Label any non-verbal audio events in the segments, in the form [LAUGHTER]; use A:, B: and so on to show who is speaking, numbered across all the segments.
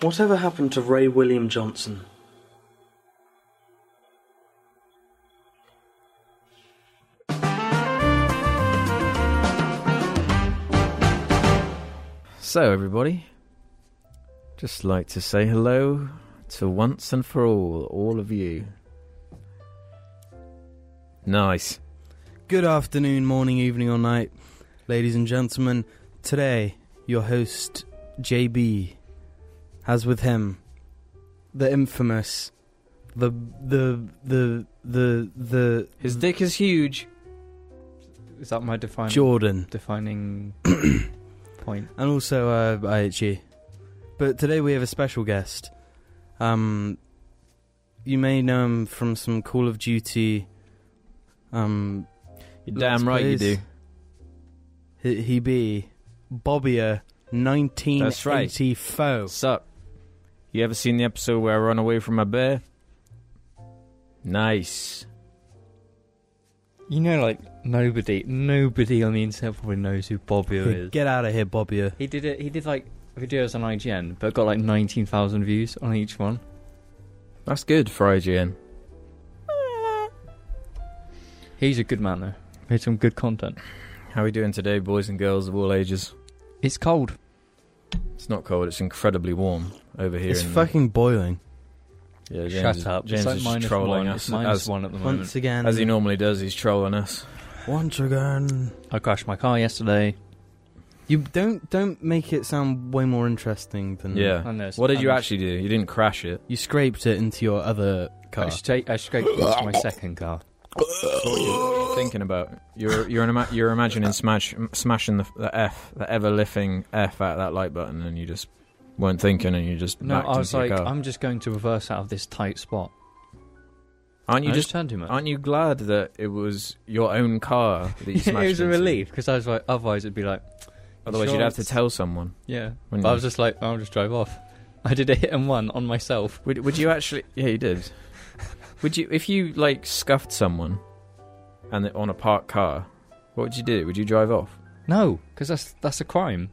A: Whatever happened to Ray William Johnson?
B: So, everybody, just like to say hello to once and for all, all of you. Nice.
C: Good afternoon, morning, evening, or night, ladies and gentlemen. Today, your host, JB, has with him the infamous, the, the, the, the, the,
D: His dick is huge. Is that my define,
C: Jordan,
D: [CLEARS THROAT] defining point?
C: and also uh, IHE. But today we have a special guest. Um, you may know him from some Call of Duty. Um,
B: You're
C: Let's
B: damn right you do.
C: plays. he, he be Bobbier, nineteen eighty foe.
B: Sup? You ever seen the episode where I run away from a bear? Nice.
D: You know, like nobody, nobody on the internet probably knows who Bobbio is.
C: Get out of here, Bobbier.
D: He did it. He did like videos on IGN, but got like nineteen thousand views on each one.
B: That's good for IGN.
D: He's a good man though. Made some good content.
B: How are we doing today, boys and girls of all ages?
D: It's cold.
B: It's not cold, it's incredibly warm over here.
C: It's
B: in-
C: fucking boiling.
B: Yeah, James
D: Shut
B: is-
D: up.
B: James
D: it's like
B: is
D: minus
B: trolling
D: one.
B: us.
D: It's minus
B: as,
D: one at the moment.
C: Once again,
B: as he normally does, he's trolling us.
C: once again.
D: I crashed my car yesterday.
C: You don't don't make it sound way more interesting than
B: Yeah.
D: I know, it's-
B: What did you
D: I'm-
B: actually do? You didn't crash it.
C: You scraped it into your other car.
D: I, stra- I scraped into my second car.
B: [COUGHS] Thinking about you're you're an ima- you're imagining smash smashing the, the F the ever lifting F out of that light button, and you just weren't thinking, and you just
D: No,
B: backed
D: I was
B: into
D: like,
B: your car.
D: I'm just going to reverse out of this tight spot.
B: aren't you
D: I
B: just
D: turned too much.
B: aren't you glad that it was your own car that you
D: [LAUGHS] it
B: smashed?
D: was a
B: into?
D: relief because I was like, otherwise it'd be like,
B: Otherwise, you'd have to
D: Insurance.
B: tell someone.
D: yeah.
B: Wouldn't
D: But I
B: you?
D: was just like, I'll just drive off. [LAUGHS] I did a hit and one on myself.
B: Would would you actually? Yeah, you did. would you if you like scuffed someone, and they- on a parked car? What would you do? Would you drive off?
D: No, because that's that's a crime.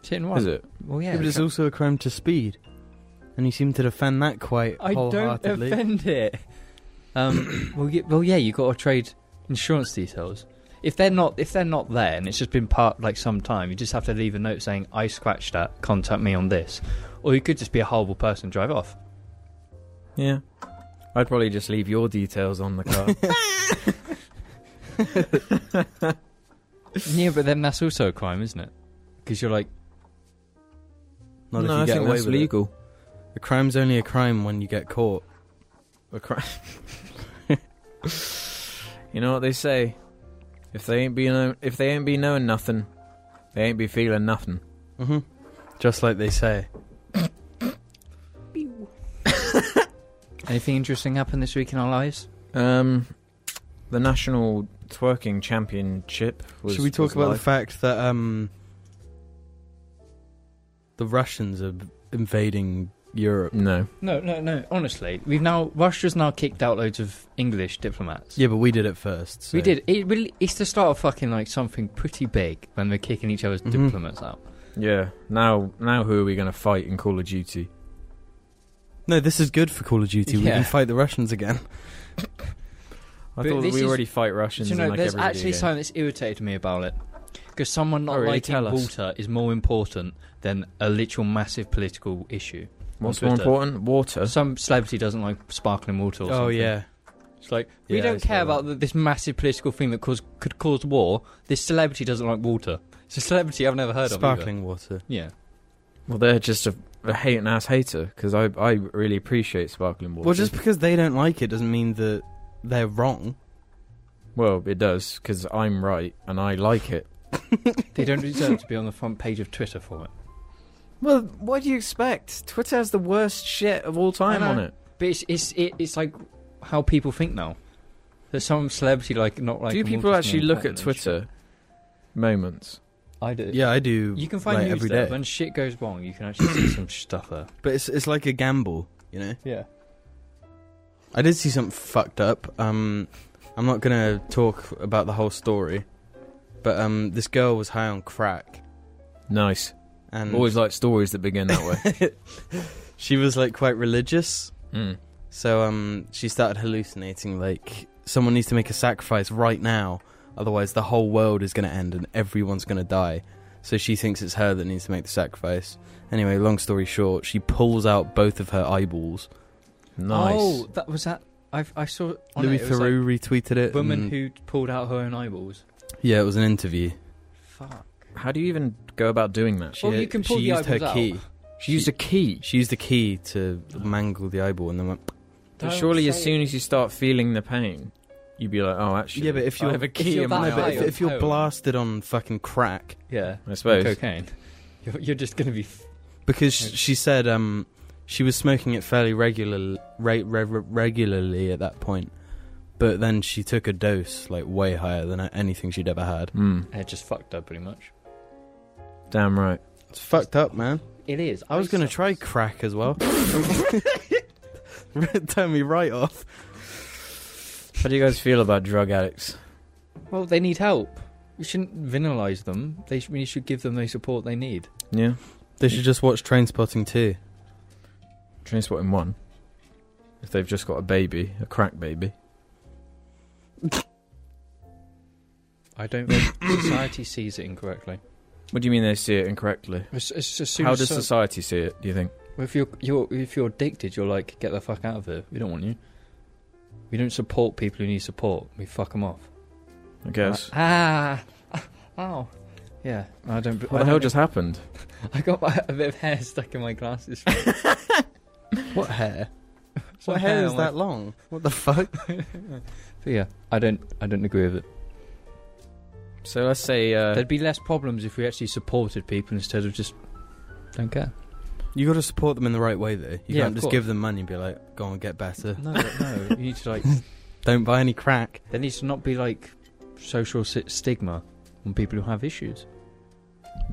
D: It's hit and one.
B: Is it?
D: Well, yeah.
C: Yeah, but
D: we
C: it's
D: can't-
C: also a crime to speed, and you seem to defend that quite
D: I don't
C: wholeheartedly.
D: offend it. Um. well, yeah, well, yeah. You got to trade insurance details. If they're not if they're not there and it's just been parked like some time, you just have to leave a note saying I scratched that. Contact me on this, or you could just be a horrible person and drive off.
B: Yeah. I'd probably just leave your details on the car.
D: yeah, but then that's also a crime, isn't it? Because you're like,
C: Not
B: no,
C: if you
B: I
C: get
B: think
C: away
B: that's
C: with it.
B: legal.
C: A crime's only a crime when you get caught.
B: The crime. you know what they say? If they ain't be know- if they ain't be knowing nothing, they ain't be feeling nothing.
C: hmm Just like they say.
D: anything interesting happened this week in our lives?
B: Um, the national twerking championship. Was,
C: Should we
B: was
C: talk about the
B: live.
C: fact that um, the Russians are invading Europe?
B: no?
D: No, no, no. Honestly, we've now Russia's now kicked out loads of English diplomats.
C: Yeah, but we did it first. so-
D: we did. It really, it's the start of fucking like something pretty big when they're kicking each other's
C: Mhm.
D: diplomats out.
B: Yeah. Now, now, who are we going to fight in Call of Duty?
C: No, this is good for Call of Duty. We
D: Yeah.
C: can fight the Russians again.
B: I
D: But
B: thought
D: this
B: we
D: is-
B: already fight
D: Do
B: Russians.
D: you know,
B: in like
D: there's
B: every
D: actually
B: video game.
D: something that's irritated me about it because someone not
B: Oh, really?
D: liking
B: Tell us.
D: water is more important than a literal massive political issue.
B: What's
D: on
B: more
D: Twitter.
B: important? Water.
D: Some celebrity doesn't like sparkling water. Or
C: Oh
D: something.
C: yeah,
D: It's like we
C: Yeah, I
D: don't
C: saw
D: care
C: that.
D: about th this massive political thing that cause, could cause war. This celebrity doesn't like water. It's a celebrity I've never heard of.
C: sparkling water.
D: either. Yeah.
B: Well, they're just a, a hating ass hater because I I really appreciate sparkling water.
C: Well, just because they don't like it doesn't mean that they're wrong.
B: well, it does because I'm right and I like it.
D: They don't deserve to be on the front page of Twitter for it.
B: Well, what do you expect? Twitter has the worst shit of all time
D: I know.
B: on it.
D: But it's it's it, it's like how people think now. That some celebrity like not like.
B: do people actually look at Twitter moments?
D: I do.
C: Yeah, I do.
D: You can find
C: like,
D: news
C: every
D: there.
C: day.
D: When shit goes wrong, you can actually see some stuff there.
C: but it's it's like a gamble, you know.
D: Yeah.
C: I did see something fucked up. Um, I'm not gonna talk about the whole story, but um, this girl was high on crack,
B: Nice.
C: and
B: Always like stories that begin that [LAUGHS] way.
C: [LAUGHS] she was like quite religious.
B: Mm.
C: So um, she started hallucinating like someone needs to make a sacrifice right now, otherwise the whole world is going to end and everyone's going to die. So she thinks it's her that needs to make the sacrifice. Anyway, long story short, she pulls out both of her eyeballs.
B: Nice.
D: Oh, that was that. i I saw on
C: Louis
D: it, it was
C: Theroux retweeted
D: like,
C: it.
D: woman
C: and-
D: who pulled out her own eyeballs.
C: yeah, it was an interview.
D: Fuck.
B: How do you even go about doing that?
C: She,
D: Well, you can pull
C: she
D: the
C: used her
D: eyeballs out.
C: key.
B: She used a key.
C: She used the key to mangle the eyeball and then went.
B: But surely, as soon as you start feeling the pain, you'd be like, "Oh, actually,
C: Yeah, but if
B: I
C: you're-
B: have a
C: if
B: key
D: you're
B: in
D: that
B: my
C: no, but if,
D: high
B: eye,
C: if you're
D: on-
C: blasted on fucking crack,
D: Yeah.
B: I suppose."
D: Cocaine. [LAUGHS] You're, you're just gonna be. F-
C: because sh- she said um, she was smoking it fairly regular, re- re- re- regularly at that point, but then she took a dose like way higher than anything she'd ever had.
B: Mm,
D: yeah, just fucked up pretty much.
B: damn right.
C: It's fucked up, man.
D: It is.
C: I was gonna try crack as well. [LAUGHS] Turn me right off.
B: How do you guys feel about drug addicts?
D: Well, they need help. We shouldn't villainize them. They sh- we should give them the support they need.
B: Yeah,
C: They should just watch Train Spotting too.
B: transporting one. If they've just got a baby, a crack baby.
D: I don't think [COUGHS] society sees it incorrectly.
B: What do you mean they see it incorrectly?
D: It's, it's just
B: How does society see it? Do you think?
D: If you're, you're if you're addicted, you're like, get the fuck out of here. We don't want you. We don't support people who need support. We fuck them off.
B: I guess.
D: Ah, [LAUGHS] ow. Yeah, I don't.
B: What the
D: I
B: hell
D: don't-
B: just happened?
D: [LAUGHS] I got my, a bit of hair stuck in my [LAUGHS] glasses. what hair?
C: What hair is that long? What the fuck?
D: But yeah, I don't. I don't agree with it.
B: So let's say uh,
D: There'd be less problems if we actually supported people instead of just don't care.
C: You got to support them in the right way though. You
D: Yeah,
C: can't
D: of
C: just
D: course.
C: give them money and be like, "Go on, get better.
D: No, no. You need to [LAUGHS] like.
C: Don't buy any crack."
D: There needs to not be like social si- stigma on people who have issues.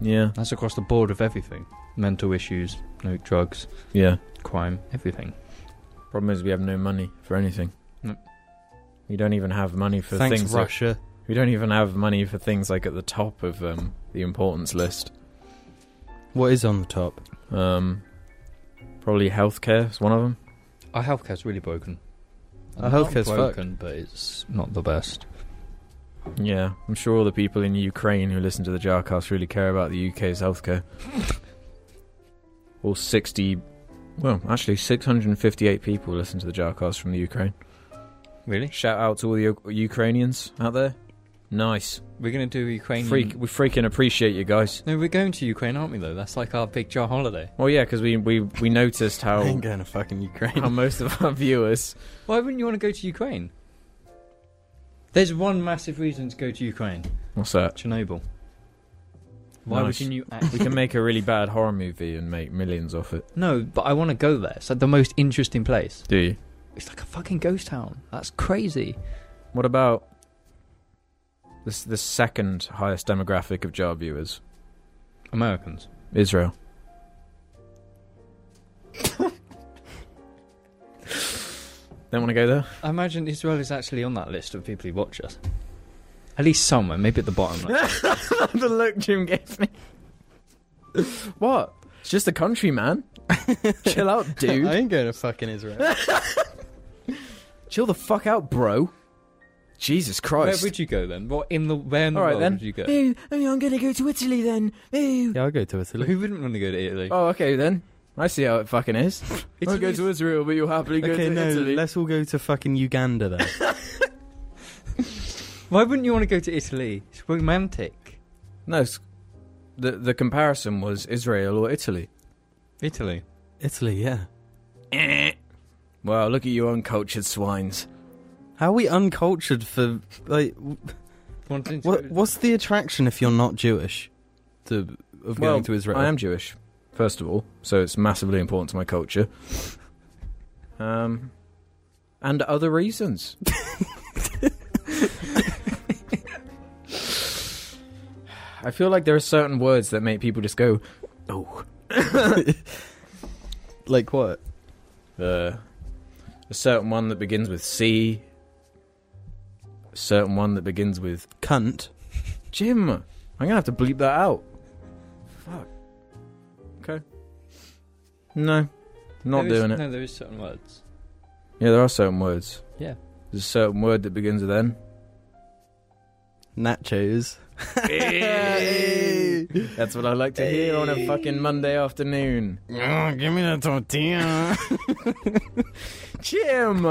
B: yeah,
D: That's across the board of everything: mental issues, like drugs,
B: yeah.
D: crime, everything.
B: Problem is we have no money for anything.
D: No.
B: We don't even have money for
C: Thanks,
B: things. Like,
C: Russia.
B: we don't even have money for things like at the top of um, the importance list.
C: What is on the top?
B: Um, probably healthcare is one of them.
D: Our healthcare's really broken.
C: Our
D: Not
C: healthcare's fucked.
D: broken, but it's not the best.
B: Yeah, I'm sure all the people in Ukraine who listen to the Jarcast really care about the UK's healthcare. all 60, well, actually 658 people listen to the Jarcast from the Ukraine.
D: Really?
B: Shout out to all the U- Ukrainians out there. Nice.
D: We're gonna do Ukraine.
B: Freak, we freaking appreciate you guys.
D: No, we're going to Ukraine, aren't we? Though that's like our big jar holiday.
B: Well, yeah, because we, we, we noticed
C: I
B: how,
C: ain't going to fucking [LAUGHS] Ukraine.
B: how most of our [LAUGHS] viewers.
D: Why wouldn't you want to go to Ukraine? There's one massive reason to go to Ukraine:
B: What's that?
D: Chernobyl. Why
B: Nice.
D: [LAUGHS] would you act?
B: We can make a really bad horror movie and make millions off it.
D: no, but I want to go there. It's like the most interesting place.
B: Do you?
D: It's like a fucking ghost town. That's crazy.
B: What about this the second highest demographic of jar viewers?
D: Americans.
B: [LAUGHS] Israel. Don't want to go there.
D: I imagine Israel is actually on that list of people who watch us. At least somewhere, maybe at the bottom. Like,
B: [LAUGHS] the look Jim gave me. what? It's just a country, [LAUGHS] man. Chill out,
C: I
B: dude.
C: ain't going to fucking [LAUGHS] Israel.
B: Chill the fuck out, bro. Jesus
D: where
B: Christ.
D: would you go then? What in the where in the
B: All right
D: world
B: then.
D: would you go?
B: Ooh, ooh, I'm gonna go to Italy then. Ooh.
C: yeah, I'll go to Italy.
D: Who wouldn't want to go to Italy?
B: Oh, okay then. I see how it fucking [LAUGHS] is. I'll go
D: Italy's-
B: to Israel, but you'll happily go
C: Okay,
B: to
C: no,
B: Italy.
C: let's all go to fucking Uganda then. [LAUGHS]
D: Why wouldn't you want to go to Italy? It's romantic.
B: No, s- the the comparison was Israel or Italy.
D: Italy.
C: Italy, yeah.
B: Eh. Wow, look at you uncultured swines.
C: How are we uncultured for like w-
D: Wanting to
C: what?
D: go to-
C: What's the attraction if you're not Jewish [LAUGHS] to of going
B: Well,
C: to Israel?
B: I am Jewish, first of all, so it's massively important to my culture. Um, and other
C: [LAUGHS]
B: reasons. I feel like there are certain words that make people just go, oh.
C: like what?
B: Uh, a certain one that begins with C. A certain one that begins with
C: Cunt.
B: Jim, I'm gonna have to bleep that out. Fuck. No, not
D: There is-
B: doing it.
D: No, there is certain words.
B: Yeah, there are certain words.
D: Yeah.
B: There's a certain word that begins with N.
C: Nachos. [LAUGHS]
B: Hey! That's what I like to hear on a fucking Monday afternoon.
C: Oh, give me that tortilla.
B: Jim!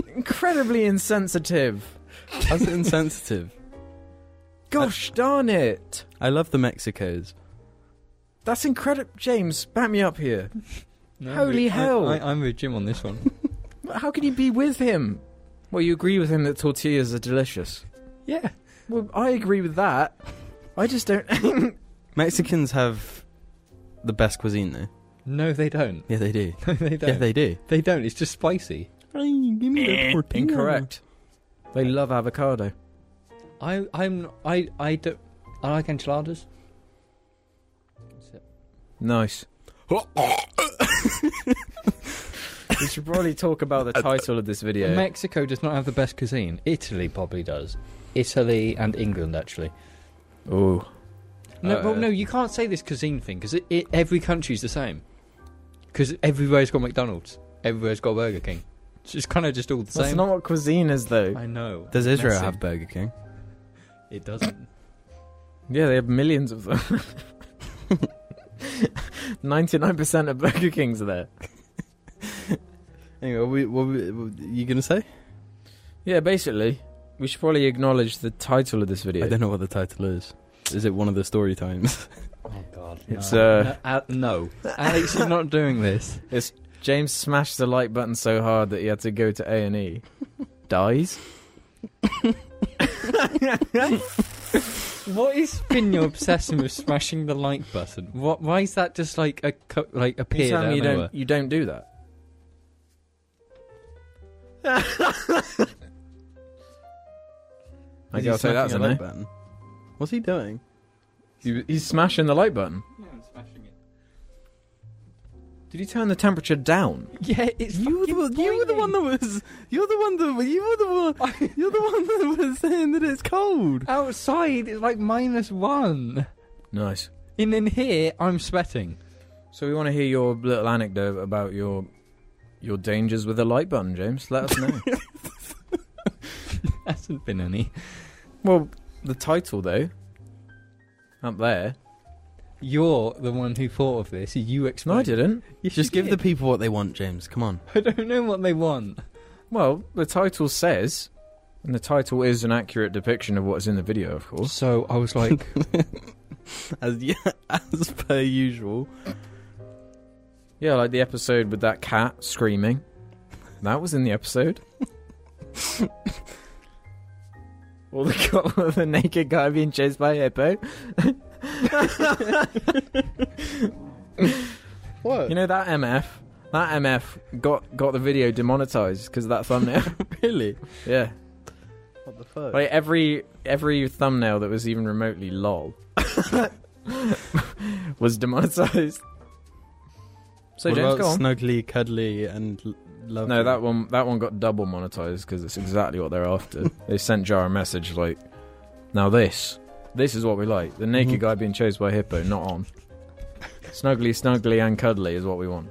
B: [LAUGHS] Incredibly insensitive.
C: How's it insensitive?
B: Gosh darn it.
C: I love the Mexicos.
B: That's incredible. James, back me up here.
D: No,
B: Holy
D: I-
B: hell.
D: I, I'm with Jim on this one.
B: [LAUGHS] How can you be with him? Well, you agree with him that tortillas are delicious.
D: yeah.
B: Well, I agree with that. I just don't. [LAUGHS]
C: Mexicans have the best cuisine, though.
D: No, they don't. [LAUGHS]
C: Yeah, they do.
D: No, they don't.
C: Yeah, they do.
D: They don't. It's just spicy.
C: give me that tortilla.
B: Eh, Incorrect. They love avocado.
D: I I'm I I don't. I like enchiladas.
B: Nice. [LAUGHS] we should probably talk about the title of this video.
D: Mexico does not have the best cuisine. Italy probably does. Italy and England actually.
B: Ooh.
D: No,
B: Uh,
D: well, no, you can't say this cuisine thing because it, it, every country's the same. Because everywhere's got McDonald's. Everywhere's got Burger King. So it's kind of just all the
B: That's
D: same.
B: not what cuisine is, though.
D: I know.
C: Does Israel
D: Messy.
C: have Burger King?
D: It doesn't.
B: Yeah, they have millions of them. [LAUGHS] 99% of Burger Kings are there.
C: Anyway, what were, what were- what were you going to say?
B: Yeah, basically, we should probably acknowledge the title of this video.
C: I don't know what the title is. Is it one of the story times?
D: oh God.
B: It's,
D: no.
B: uh,
D: No, Al- no. Alex is not doing this.
B: It's James smashed the like button so hard that he had to go to A and
D: [LAUGHS]
B: E. Dies.
D: What is been your obsession with smashing the like button? What? Why is that just like a co- like
B: You
D: appeared
B: tell
D: out
B: me
D: of
B: you
D: nowhere?
B: don't. You don't do that. I
C: [LAUGHS] Is he
B: gotta say that's
C: smacking
B: an
C: a
B: A.
C: like button? What's he doing?
B: He- He's smashing the like button.
D: Yeah, I'm smashing it.
B: Did you turn the temperature down?
D: Yeah, it's
C: You were, the, one- you were the one that was. You're the one that. You were the
D: [LAUGHS]
C: one. You're the one that was saying that it's cold.
D: outside. It's like minus one.
B: Nice.
D: And in here, I'm sweating. [LAUGHS]
B: So we want to hear your little anecdote about your your dangers with the like button, James. Let us know.
D: Hasn't been any.
B: well, [LAUGHS] the title though, up there.
D: You're the one who thought of this. You
B: No,
D: explained.
B: I didn't.
D: Yes,
C: Just
D: you
C: give the [LAUGHS]
D: did.
C: people what they want, James. Come on.
D: I don't know what they want.
B: Well, the title says, and the title is an accurate depiction of what's in the video, of course.
D: So I was like,
C: As [LAUGHS] yeah, as per usual.
B: Yeah, like the episode with that cat screaming. That was in the [LAUGHS] episode. Or the, co- or [LAUGHS] the naked guy being chased by a hippo.
C: What?
B: You know that MF, that MF got got the video demonetized because of that thumbnail.
C: [LAUGHS] really?
B: yeah,
C: What the fuck?
B: like every every thumbnail that was even remotely
C: [LAUGHS]
B: lol [LAUGHS] was demonetized. So
C: what
B: James,
C: about
B: go on.
C: snuggly, cuddly, and l- lovely?
B: No, that one that one got double monetized because it's exactly what they're
D: [LAUGHS]
B: after. they sent Jar a message like, "Now this, this is what we like: the naked
C: Mhm.
B: guy being chased by a hippo, not on. snuggly, snuggly, and cuddly is what we want."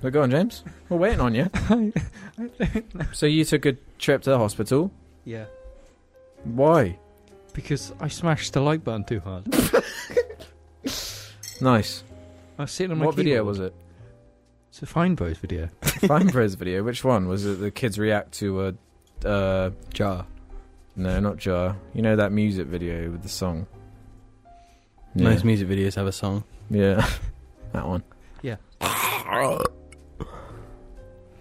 B: But go on, James. We're waiting on you.
D: [LAUGHS] I, I don't know.
B: So you took a trip to the hospital.
D: Yeah,
B: Why?
D: because I smashed the like button too hard.
B: Nice.
D: I was sitting on my
B: What video
D: keyboard.
B: was it?
D: It's a Fine Bros video.
B: Fine Bros video. Which one was it? The kids react to a, uh,
C: jar.
B: no, not Jar. You know that music video with the song. Yeah.
C: Most music videos have a song.
B: Yeah, [LAUGHS] that one.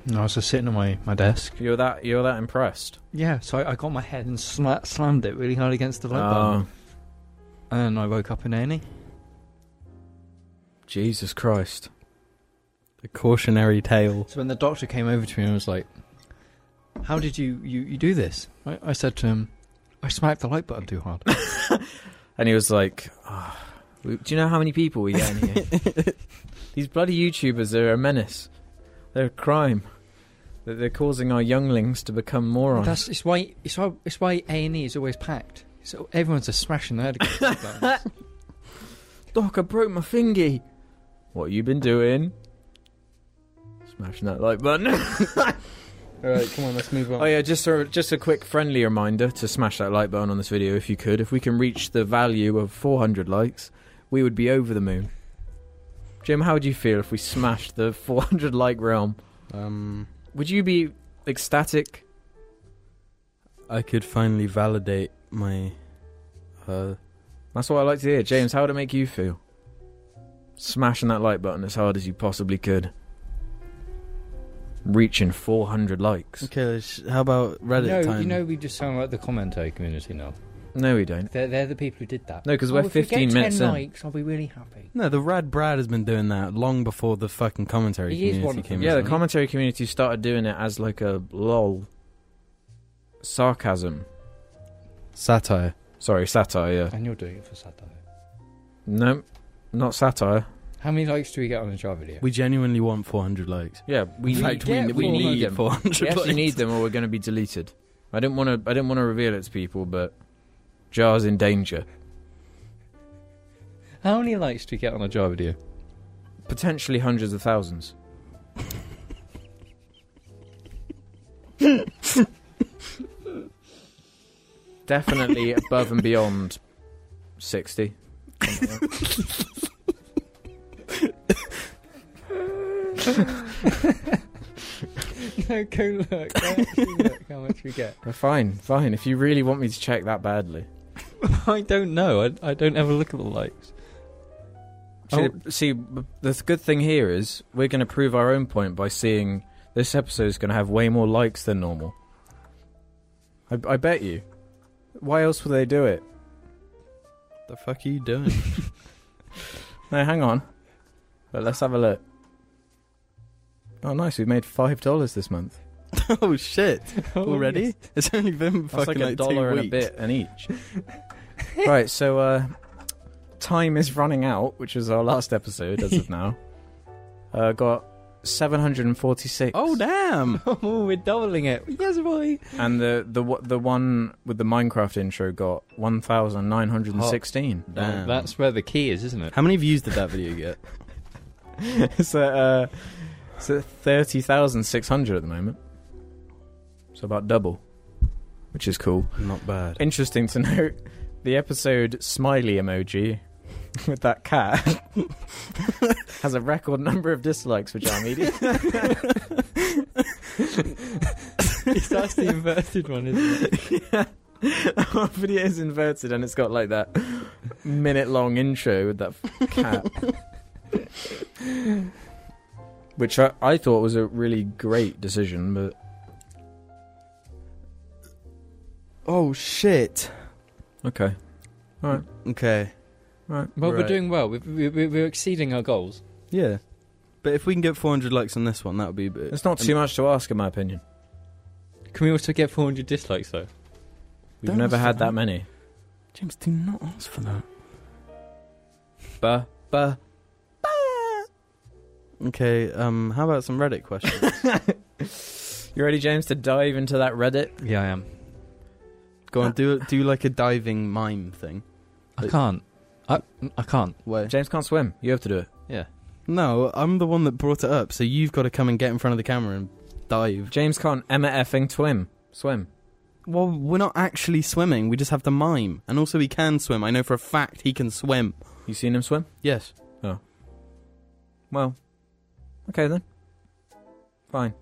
D: No, I was just sitting on my, my desk.
B: You're that you're that impressed.
D: Yeah, so I, I got my head and sla- slammed it really hard against the light
B: Oh,
D: bulb. And E. I woke up in A&E.
B: Jesus Christ!
C: The cautionary tale.
D: So when the doctor came over to me and was like, how did you, you, you do this? I, I said to him, I smacked the light button too hard.
B: And he was like, "Ah, we- "Do you know how many people we get in here? These bloody YouTubers are a menace. They're a crime. They're, they're causing our younglings to become morons."
D: That's it's why it's why it's why A and E is always packed. So everyone's just smashing their head against the light buttons.
B: Doc, I broke my fingy. what you been doing? Smashing that like button.
C: All right, come on, let's move on.
B: Oh yeah, just a, just a quick friendly reminder to smash that like button on this video if you could. If we can reach the value of 400 likes, we would be over the moon. Jim, how would you feel if we smashed the [LAUGHS] 400 like realm?
C: Um,
B: Would you be ecstatic?
C: I could finally validate my. Uh,
B: That's what I like to hear. James, how would it make you feel? Smashing that like button as hard as you possibly could. Reaching 400 likes.
C: okay, let's- how about Reddit
D: no,
C: time?
D: you know we just sound like the commentator community now.
B: No, we don't.
D: They're, they're the people who did that. Oh,
B: No, because we're 15 minutes in.
D: I'll be really happy.
C: no, the Rad Brad has been doing that long before the fucking commentary
D: He is
C: community
D: one of them.
C: came.
B: Yeah, the
C: along.
B: commentary community started doing it as like a lol sarcasm.
C: satire.
B: Sorry, satire. Yeah.
D: And you're doing it for satire.
B: No, not satire.
D: How many likes do we get on a jar video?
C: We genuinely want 400 likes.
B: Yeah, we
C: In fact,
B: need,
C: we, we
D: get
C: need
B: 400.
C: 400
B: we actually
C: likes.
B: need them, or we're going to be deleted. I didn't want to. I didn't want to reveal it to people, but Jar's in danger.
D: How many likes do we get on a jar video?
B: Potentially hundreds of thousands. Definitely above and beyond sixty.
D: [LAUGHS] no, go look. Go actually look how much we get.
B: Well, Fine, fine. If you really want me to check that badly.
D: [LAUGHS] I don't know. I, I don't ever look at the likes.
B: See, see, b- the th- good thing here is we're going to prove our own point by seeing this episode is going to have way more likes than normal. I, I bet you. Why else would they do it?
C: The fuck are you doing?
B: [LAUGHS] No, hang on. But let's have a look. Oh, nice. We've made five dollars this month.
C: oh shit! Already?
D: yes.
C: It's only been
B: That's
C: fucking
B: like a
C: like two
B: dollar and a
C: weeks.
B: bit and each. [LAUGHS] right. So, uh, time is running out, which is our last episode as [LAUGHS] of now. Uh, got seven hundred and forty-six.
C: Oh damn!
D: [LAUGHS] oh, we're doubling it. Yes, boy.
B: And the the wa- the one with the Minecraft intro got [LAUGHS] 1,916.
C: Damn.
D: that's where the key is, isn't
C: [LAUGHS]
D: [LAUGHS] it?
C: How many views did that video get?
B: it's at uh, it's at 30,600 at the moment. So about double, which is cool.
C: Not bad.
B: Interesting to [LAUGHS] note, the episode smiley emoji [LAUGHS] with that [LAUGHS] cat has a record number of dislikes for Jar [LAUGHS] Media.
D: that's the inverted one, isn't it?
B: yeah. Our video is inverted and it's got like that minute long intro with that f- cat. Which I, I thought was a really great decision, but
C: Oh shit!
B: okay.
C: Okay.
B: Right.
D: Well,
C: Right.
D: we're doing well. We've, we- we- we're exceeding our goals.
C: Yeah. But if we can get 400 likes on this one, that would be a bit.
B: It's not too much to ask in my opinion.
D: Can we also get 400 dislikes, though?
B: We've
C: Don't
B: never
C: ask
B: had
C: for
B: that
C: that.
B: many.
C: James, do not ask for that.
B: Bah, bah.
C: Okay, um, how about some Reddit [LAUGHS] questions?
B: You ready, James, to dive into that Reddit?
D: Yeah, I am.
C: Go on, do do like a diving mime thing.
D: I
C: But-
D: can't. I, I can't.
C: Where?
B: James can't swim. You have to do it.
D: Yeah.
C: No, I'm the one that brought it up, so you've got to come and get in front of the camera and dive.
B: James can't Emma effing twim. Swim.
C: Well, we're not actually swimming, we just have to mime. And also, he can swim. I know for a fact he can swim.
B: You seen him swim?
C: Yes.
B: Well, okay then. Fine.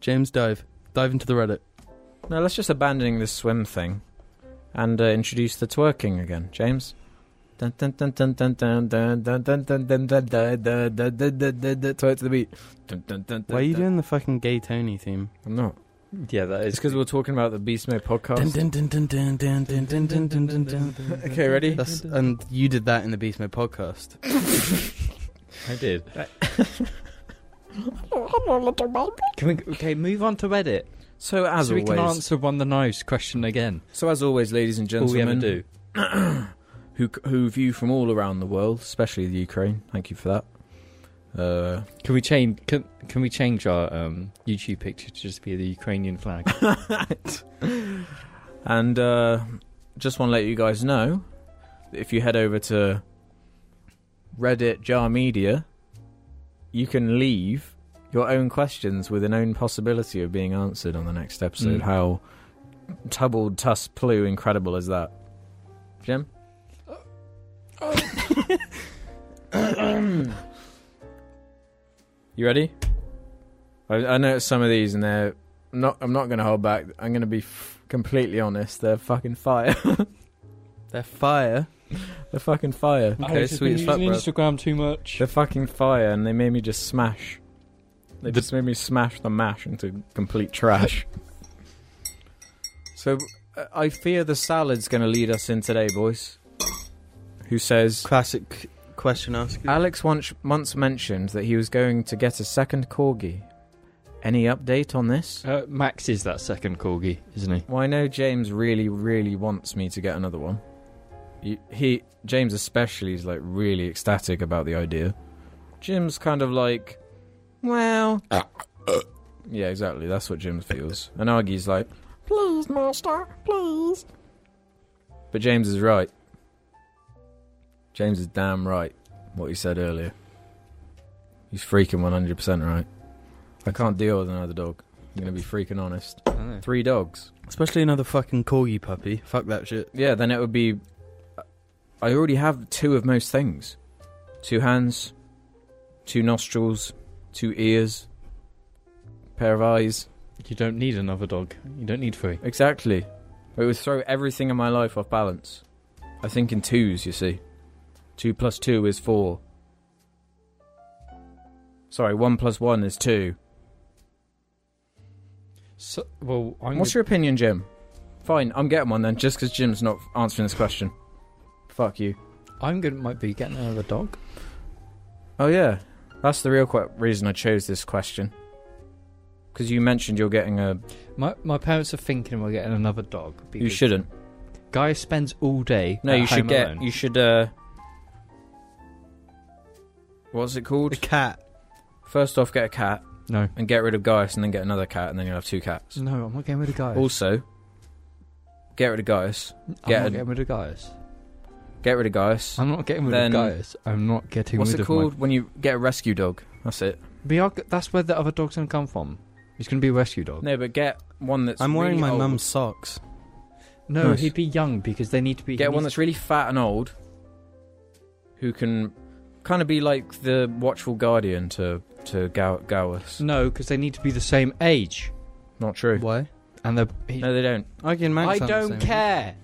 C: James, dive. Dive into the Reddit.
B: No, let's just abandoning this swim thing and uh, introduce the twerking again, James. Dun, dun, dun, dun, dun, dun, dun, dun, dun, dun, dun, dun, dun, dun, dun, dun, dun, dun, dun, Twerk to the beat. Dun, dun, dun, dun,
C: Why are you
B: dun.
C: doing the fucking gay Tony theme?
B: I'm not.
D: Yeah, that
B: It's because we were talking about the Beast Mode
C: Dun,
B: podcast.
C: dun, dun, dun, dun, dun, dun, dun, dun, dun, dun, dun.
B: Okay, ready?
C: That's, and you did that in the Beast Mode podcast.
D: [LAUGHS] I did. Can we, okay, move on to Reddit.
B: So as
D: so we can
B: always,
D: answer one the knives question again.
B: so as always, ladies and
D: All we ever
B: gentlemen,
D: do.
B: who who view from all around the world, especially the Ukraine. Thank you for that. Uh,
D: Can we change? Can, can we change our um, YouTube picture to just be the Ukrainian [LAUGHS] flag?
B: [LAUGHS] and uh, just want to let you guys know that if you head over to Reddit Jar Media, you can leave your own questions with an own possibility of being answered on the next episode.
D: Mm.
B: How tubbled tuss plu incredible is that?
C: [COUGHS]
B: Jim? you ready? I, I know some of these and they're not. I'm not going to hold back. I'm going to be f- completely honest. They're fucking fire. [LAUGHS]
C: They're fire.
B: they're fucking fire.
C: Okay, sweet as fuck, bro.
D: Instagram too much.
B: They're fucking fire, and they made me just smash. They
D: The-
B: just made me smash the mash into complete trash. so uh, I fear the salad's going to lead us in today, boys. Who says?
C: Classic question asker.
B: Alex once, once mentioned that he was going to get a second corgi. Any update on this?
D: Uh, Max is that second corgi, isn't he?
B: Well, I know James really, really wants me to get another one. He, he James especially is like really ecstatic about the idea. Jim's kind of like, well, yeah, exactly. That's what Jim feels. And Argy's like, please, master, please. But James is right. James is damn right. What he said earlier. He's freaking one hundred percent right. I can't deal with another dog. I'm gonna be freaking honest.
D: I don't know.
B: Three dogs.
C: Especially another fucking corgi puppy. Fuck that shit.
B: Yeah, then it would be. uh, I already have two of most things two hands, two nostrils, two ears, pair of eyes.
D: You don't need another dog. You don't need three.
B: Exactly. It would throw everything in my life off balance. I think in twos, you see. Two plus two is four. Sorry, one plus one is two.
D: So, well, I'm
B: What's your opinion, Jim? Fine, I'm getting one then, just because Jim's not answering this question. Fuck you.
D: I'm gonna might be getting another dog.
B: Oh yeah, that's the real que- reason I chose this question. Because you mentioned you're getting a.
D: My my parents are thinking we're getting another dog.
B: You
D: because
B: shouldn't.
D: Guy spends all day.
B: No,
D: at
B: you should
D: home
B: get.
D: alone.
B: You should. uh... What's it
C: The
B: called?
C: cat.
B: First off, get a cat
D: No,
B: and get rid of Gaius, and then get another cat, and then you'll have two cats.
D: no, I'm not getting rid of guys.
B: Also, get rid of Gaius.
D: I'm
B: get
D: not
B: a-
D: getting rid of guys.
B: Get rid of Gaius.
D: I'm not getting rid
B: Then-
D: of guys. I'm not getting
B: What's
D: rid
B: it
D: of my-
B: called when you get a rescue dog? That's it.
D: We are, g- that's where the other dog's gonna come from. He's gonna be a rescue dog.
B: No, but get one that's.
C: I'm wearing
B: really
C: my
B: old.
C: mum's socks.
D: No,
B: Nice.
D: he'd be young because they need to be. he
B: Get one
D: needs-
B: that's really fat and old, who can kind of be like the watchful guardian to to Gow- Gowers.
D: No, because they need to be the same age.
B: Not true.
C: Why?
D: And the he,
B: No, they don't.
C: I can
D: I
C: Max aren't the
D: don't
C: same.
D: care.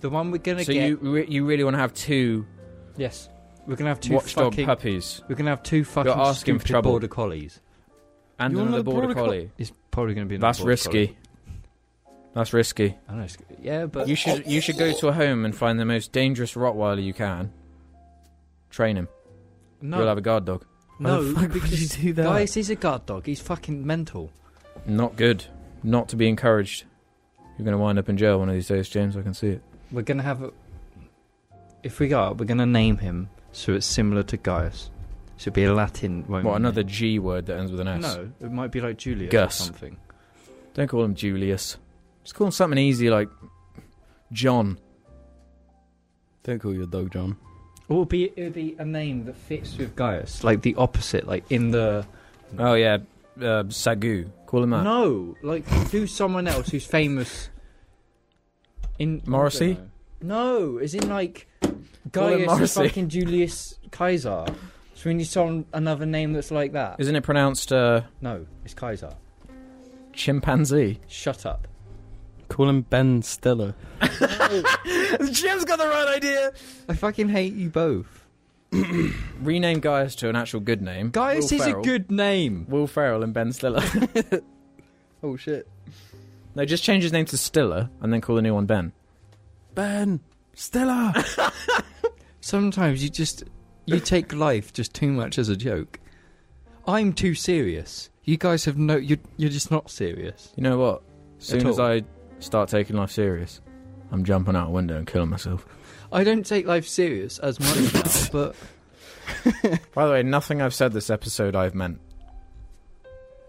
D: The one we're gonna
B: So
D: get.
B: you re- you really want to have two,
D: Yes, we're gonna have two
B: watchdog
D: fucking.
B: puppies
D: We're gonna have two fucking
B: asking for
D: stupid
B: trouble.
D: border collies.
B: and
C: You want
B: another
C: another
B: border
C: border col-
B: collie?
D: It's probably gonna be. another
B: That's
D: border collie.
B: risky. That's risky.
D: I know. It's, yeah, but
B: You should you should go to a home and find the most dangerous Rottweiler you can. Train him.
D: no,
B: You'll have a guard dog.
C: Why the
D: no,
C: fuck would
D: because
C: you do that?
D: guys, he's a guard dog. He's fucking mental.
B: Not good. Not to be encouraged. You're going to wind up in jail one of these days, James. I can see it.
D: We're gonna have. A, if we go, out, we're gonna name him so it's similar to Gaius. So it'd be a Latin. Won't
B: What
D: it?
B: another G word that ends with an S?
D: No, it might be like Julius
B: Gus.
D: or something.
B: Don't call him Julius. Just call him something easy like John.
C: Don't call your dog John.
D: It would be it would be a name that fits with Gaius, like the opposite, like in the
B: Oh yeah, uh, Sagu. Call him that.
D: no, like do someone else who's famous in
B: Morrissey?
D: No, is in like
B: Call him
D: Gaius is
B: Morrissey.
D: fucking Julius Caesar. So we need some another name that's like that.
B: [LAUGHS] Isn't it pronounced uh,
D: no, it's Caesar.
B: [LAUGHS] chimpanzee?
D: Shut up.
C: Call him Ben Stiller.
B: Jim's got the right idea.
D: I fucking hate you both.
B: Rename Gaius to an actual good name.
D: Gaius
B: Will
D: is
B: Ferrell.
D: a good name.
B: Will Ferrell and Ben Stiller. [LAUGHS]
C: Oh shit.
B: no, just change his name to Stiller and then call the new one Ben.
C: Ben [LAUGHS] Stiller.
D: Sometimes you just
B: [LAUGHS]
D: you take life just too much as a joke. I'm too serious. You guys have no. You're you're just not serious.
B: You know what? Soon as
D: all.
B: I start taking life serious, I'm jumping out a window and killing myself.
D: I don't take life serious as
B: [LAUGHS]
D: much now, but
B: By the way, nothing I've said this episode I've meant.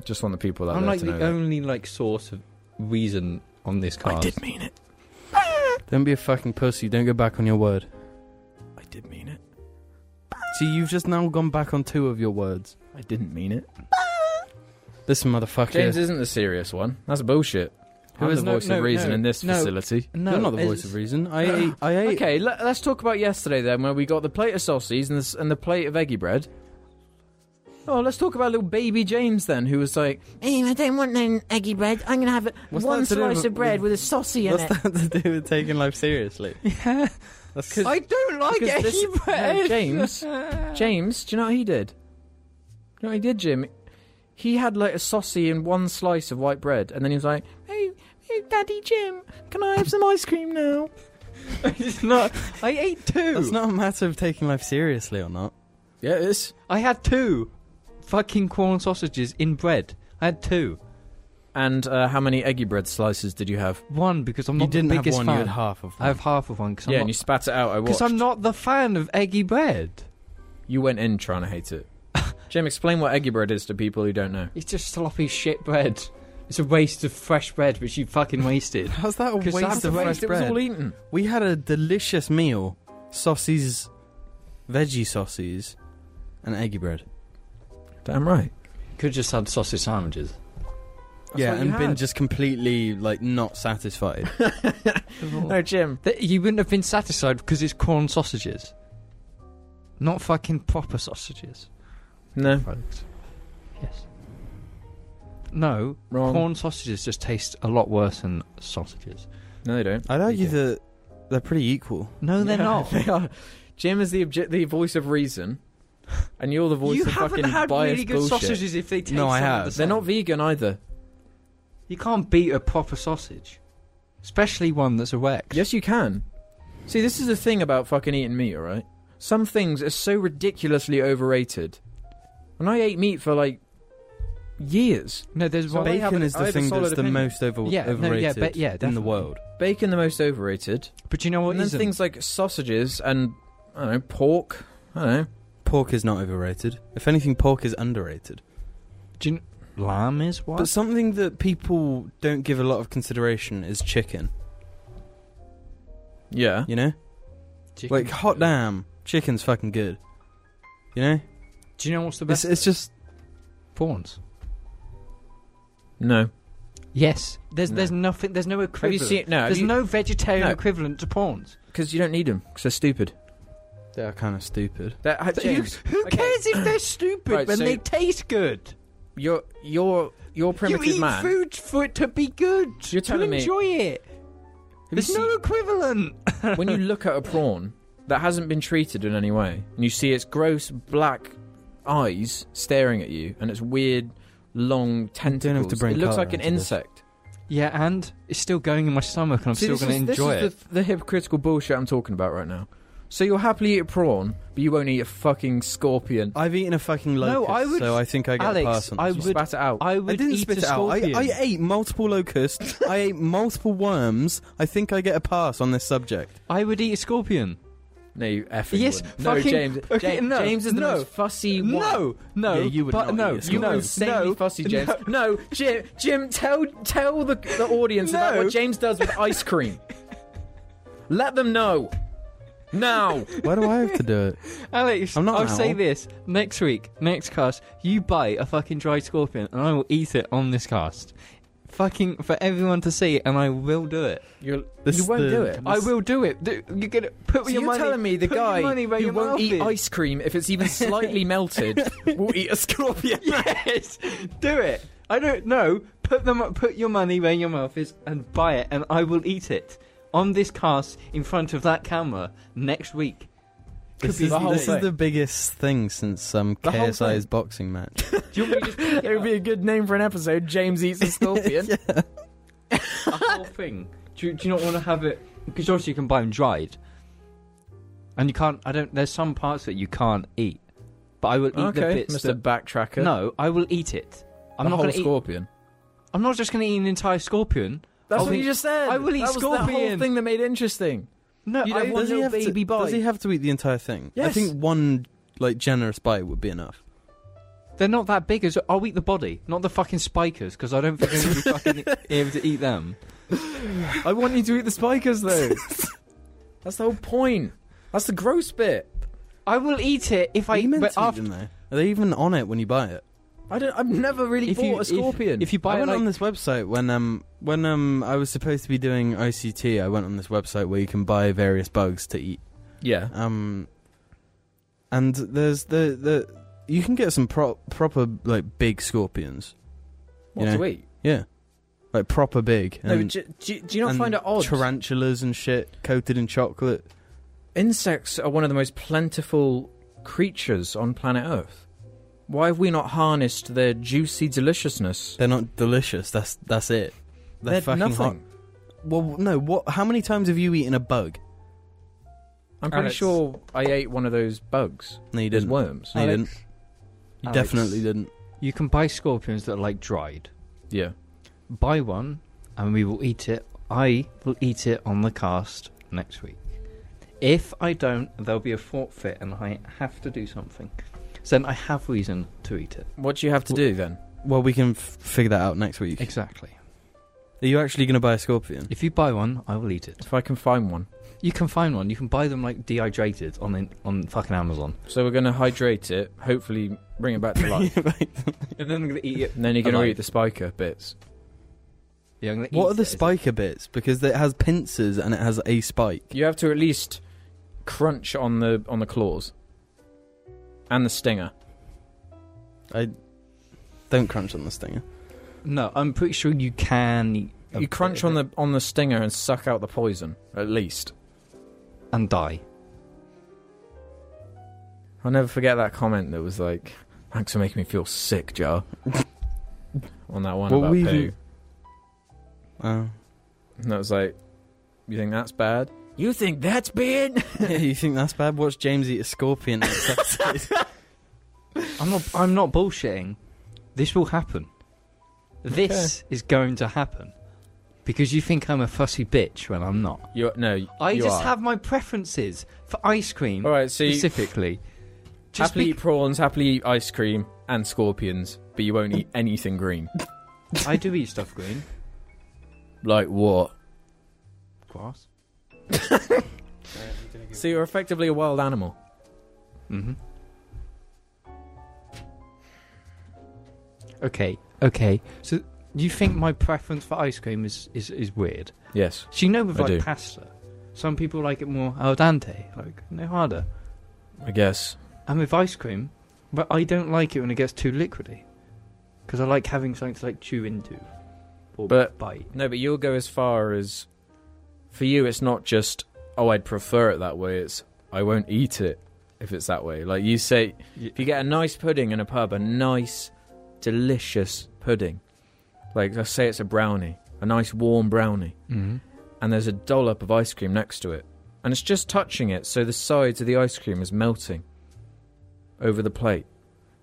B: Just want the people out
D: I'm
B: there
D: like
B: to
D: the
B: know. that.
D: only like source of reason on this card.
B: mean it.
C: don't be a fucking pussy. Don't go back on your word.
B: I did mean it.
C: See, you've just now gone back on two of your words.
B: I didn't mean it.
C: This motherfucker.
B: James isn't the serious one. That's bullshit.
D: There
B: I'm
D: is
B: the
D: no-
B: voice
D: no,
B: of reason
D: no,
B: in this
D: no.
B: facility.
D: No,
C: You're not the voice
D: [LAUGHS] it's-
C: of reason. I ate. I ate.
B: Okay, let, us talk about yesterday then, where we got the plate of sausages and the, s- and the plate of eggy bread. Oh, let's talk about little baby James then, who was like, "Hey, I don't want no eggy bread. I'm gonna have a,
C: What's
B: one
C: that to do
B: slice
C: with-
B: of bread with a sausage in
C: What's
B: it."
C: that to do with taking life seriously?
D: Yeah.
C: That's
D: I don't like
B: because
D: eggy
B: this- no,
D: bread.
B: James- James, do you know what he did? Do you know what he did, Jim? He had like a saucy and one slice of white bread, and then he was like, "Hey, hey Daddy Jim, can I have some ice cream now?"
D: it's not. I ate two.
C: That's not a matter of taking life seriously or not.
B: Yeah, it is.
D: I had two fucking corn sausages in bread. I had two.
B: And uh, how many eggy bread slices did you have?
D: One because I'm
C: you
D: not
C: didn't
D: the
C: have
D: biggest
C: one. You
D: fan.
C: had half of.
D: I
C: One.
D: have half of one because
B: yeah,
D: I'm,
B: and you
D: not-
B: spat it out. I
D: 'cause
B: watched.
D: I'm not the fan of eggy bread.
B: You went in trying to hate [LAUGHS] it. Jim, explain what eggy bread is to people who don't know.
D: It's just sloppy shit bread. It's a waste of fresh bread which you fucking wasted.
C: How's that a
D: 'Cause
C: waste
D: that's
C: of
D: the
C: fresh
D: waste,
B: it was
C: bread?
B: all eaten.
C: e- We had a delicious meal: sausages, veggie sausages, and eggy bread.
B: Damn right.
D: Could have just had sausage sandwiches.
C: yeah,
B: what you
C: and been
B: had.
C: just completely like not satisfied.
B: No, Jim.
D: Th- You wouldn't have been satisfied because it's corn sausages. Not fucking proper sausages.
B: No,
D: Folks. Yes. No,
B: wrong.
D: corn sausages just taste a lot worse than sausages.
B: No, they don't.
C: I'd argue
B: do.
C: that they're pretty equal.
D: No, they're
B: Yeah, [LAUGHS]
D: [LAUGHS] not.
B: They are. Jim is the obje- the voice of reason, and you're the voice
D: you
B: of
D: haven't
B: fucking
D: had
B: biased
D: really good
B: bullshit.
D: sausages if they taste.
C: No, I
D: some of
C: have.
B: They're
D: the same.
B: not vegan either.
D: You can't beat a proper sausage, especially one that's a Rex.
B: Yes, you can. See, this is the thing about fucking eating meat, alright? Some things are so ridiculously overrated. And I ate meat for like years.
D: No, there's
B: So
D: one.
B: they- I have
C: Bacon
B: an-
C: is
B: I
C: the
B: have a
C: thing
B: solid
C: that's the
B: opinion.
C: most over-
D: Yeah, no, yeah,
C: overrated
D: but- yeah,
C: in the
D: definitely.
C: world.
B: Bacon, the most overrated.
D: But you know what
B: and then
D: isn't?
B: things like sausages and, I don't know, pork. I don't know.
C: Pork is not overrated. If anything, pork is underrated.
D: Do you kn- lamb is what?
C: But something that people don't give a lot of consideration is chicken.
B: Yeah.
C: You know, like hot damn, chicken's fucking good. You know,
D: Do you know what's the
C: it's,
D: best?
C: it's just
D: Prawns.
B: No.
D: Yes. There's
B: No.
D: there's nothing. There's no
B: Have you
D: equivalent.
B: seen. No,
D: there's no vegetarian
B: No.
D: equivalent to prawns.
B: Because you don't need them. Because they're stupid.
C: they are kind of stupid.
B: They're, uh, James,
D: who
B: okay.
D: cares if they're stupid
B: Right,
D: when
B: so-
D: they taste good?
B: you're, you're, you're primitive
D: you eat
B: man.
D: food for it to be good.
B: You're telling
D: to
B: me-
D: enjoy it.
B: Have you
D: There's no equivalent.
B: when you look at a prawn that hasn't been treated in any way, and you see its gross black eyes staring at you, and its weird long
C: to
B: tentacles,
C: bring
B: it looks
C: colour
B: like an
C: into this.
B: insect.
D: Yeah, and it's still going in my stomach, and I'm
B: See,
D: still
B: this
D: going to
B: is, this
D: enjoy
B: is
D: it.
B: The, the hypocritical bullshit I'm talking about right now. So you'll happily eat a prawn, but you won't eat a fucking scorpion.
C: I've eaten a fucking locust,
D: No, I would-
C: so I think I get a
D: Alex,
C: pass on
D: I
C: this
B: You
C: one.
D: would-
B: spat it out.
D: I
C: I
D: would
C: didn't
D: eat
C: spit
D: a
C: it out. I,
D: scorpion.
C: I ate multiple locusts. I ate multiple worms. I think I get a pass on this subject.
D: I would eat a scorpion.
B: no, you effing
D: Yes,
B: wouldn't. No,
D: fucking-
B: James.
D: okay,
B: James,
D: no,
B: James is the
D: no,
B: most fussy one.
D: No, no,
C: Yeah, you would
D: but
C: not
D: no,
C: eat a
B: You
D: no,
B: are insanely
D: no,
B: fussy, James. No. Jim, Jim, tell tell the, the audience about
D: No.
B: what James does with ice cream. Let them know. Now.
C: Why do I have to do it?
D: Alex,
C: I'm not
D: I'll
C: an
D: say
C: owl.
D: this next week, next cast, you buy a fucking dried scorpion, and I will eat it on this cast, fucking for everyone to see, and I will do it.
B: You'll,
C: This
B: you won't
C: the-
B: do it.
D: I will do it. Do- You're gonna put
B: So
D: your
B: you're
D: money.
B: telling me the
D: put your
B: guy
D: money where
B: who
D: your
B: won't
D: mouth
B: eat
D: is.
B: ice cream if it's even [LAUGHS] slightly melted will eat a [LAUGHS] scorpion?
D: [LAUGHS] yes, do it. I don't know. Put them. Put your money where your mouth is and buy it, and I will eat it on this cast in front of that camera next week. Could
C: This,
D: be
C: is,
B: the whole
C: this
B: thing.
C: is the biggest thing since um,
B: The whole
C: KSI's boxing match.
D: Do you want me to just
B: It would be a good name for an episode. James eats a [LAUGHS] scorpion.
D: the [LAUGHS] whole thing? Do you, do you not want to have it? Because obviously you can buy them dried, and you can't. I don't. There's some parts that you can't eat, but I will eat the
B: Okay,
D: bits.
B: Mr. Backtracker.
D: That, no, I will eat it. I'm
B: the
D: not
B: whole
D: going to eat.
B: scorpion.
D: I'm not just going to eat an entire scorpion.
B: That's
D: I'll
B: what
D: eat-
B: you just said.
D: I will eat
B: that was The whole
D: scorpion.
B: thing that made it interesting.
D: No,
B: You
D: I
B: don't want
D: will
B: Does he
D: no
B: have to-
D: baby bite.
C: Does he have to eat the entire thing? I
B: Yes.
C: think one like generous bite would be enough.
D: They're not that big as I'll eat the body, not the fucking spikers, because I don't think I'm
B: [LAUGHS]
D: gonna be fucking able to eat them.
B: I want you to eat the spikers though. That's the whole point. That's the gross bit.
D: I will eat it if
C: Are
D: I.
C: you meant
D: But
C: to eat
D: after,
C: them, though? Are they even on it when you buy it?
B: I don't. I've never really
D: If
B: bought
D: you-
B: a scorpion.
D: if you buy
C: I
D: it,
C: went
D: like,
C: on this website when um when um I was supposed to be doing ICT. I went on this website where you can buy various bugs to eat.
B: yeah,
C: Um, and there's the the you can get some pro- proper like big scorpions.
B: what
C: know,
B: to eat?
C: Yeah, like proper big.
B: No, but
C: and-
B: do, do, do you not
C: and
B: find it odd?
C: Tarantulas and shit coated in chocolate.
B: Insects are one of the most plentiful creatures on planet Earth. Why have we not harnessed their juicy deliciousness?
C: They're not delicious. That's that's it. They're, fucking hot.
B: nothing.
C: Well, no. What? How many times have you eaten a bug?
B: I'm pretty
D: Alex.
B: sure I ate one of those bugs,
C: No, you
B: those
C: didn't.
B: worms.
C: No, you didn't.
D: Alex,
C: You
D: Alex,
C: definitely didn't.
D: You can buy scorpions that are like dried.
B: Yeah,
D: Buy one, and we will eat it. I will eat it on the cast next week. If I don't, there'll be a forfeit, and I have to do something. So then I have reason to eat it.
B: what do you have to do then?
C: Well, we can f- figure that out next week.
D: Exactly.
C: Are you actually going to buy a
D: [LAUGHS]
C: scorpion?
D: If you buy one, I will eat it.
B: If I can find one,
D: You can find one. You can buy them like dehydrated on in, on fucking Amazon.
B: so we're going to hydrate it, hopefully bring it back to
C: [LAUGHS]
B: life,
D: [LAUGHS] And then I'm gonna eat it.
B: and then you're going to
D: Alive.
B: eat the spiker bits.
D: Yeah, I'm gonna
C: What
D: eat
C: are the
D: it.
C: spiker bits? Because it has pincers and it has a spike.
B: You have to at least crunch on the on the claws and the stinger.
C: I don't crunch on the stinger.
D: No, I'm pretty sure you can. Eat a
B: You
D: bit
B: crunch
D: of
B: on
D: it
B: the on the stinger and suck out the poison at least.
D: and die.
B: I'll never forget that comment that was like, "Thanks for making me feel sick, Jar." [LAUGHS] on that one
C: Well,
B: about
C: we
B: poo,
C: do- Oh.
B: and that was like, "You think that's bad? You think that's bad?"
C: [LAUGHS] yeah, you think that's bad? Watch James eat a
D: [LAUGHS]
C: scorpion. [LAUGHS] and it's outside.
D: I'm not. I'm not bullshitting. This will happen. This is going to happen because you think I'm a fussy bitch when I'm not.
B: you no,
D: I
B: you
D: just
B: are.
D: have my preferences for ice cream
B: All right, so you
D: specifically. Just
B: happily
D: be-
B: eat prawns, happily eat ice cream and scorpions, but you won't eat anything green.
D: I do eat stuff green.
B: Like what?
D: Grass.
B: So you're effectively a wild animal.
D: Mm-hmm. Okay. Okay. So you think my preference for ice cream is is, is weird?
B: Yes.
D: So you know with
B: I
D: like
B: do.
D: pasta, some people like it more al dente, like no harder.
B: I guess.
D: And with ice cream, but I don't like it when it gets too liquidy, because I like having something to like chew into or
B: But-
D: bite.
B: No, but you'll go as far as for you it's not just oh I'd prefer it that way, it's I won't eat it if it's that way. Like you say
D: Ye-
B: if you get a nice pudding in a pub, a nice delicious pudding. Like let's say it's a brownie, a nice warm brownie,
D: Mm-hmm.
B: and there's a dollop of ice cream next to it. And it's just touching it so the sides of the ice cream is melting over the plate.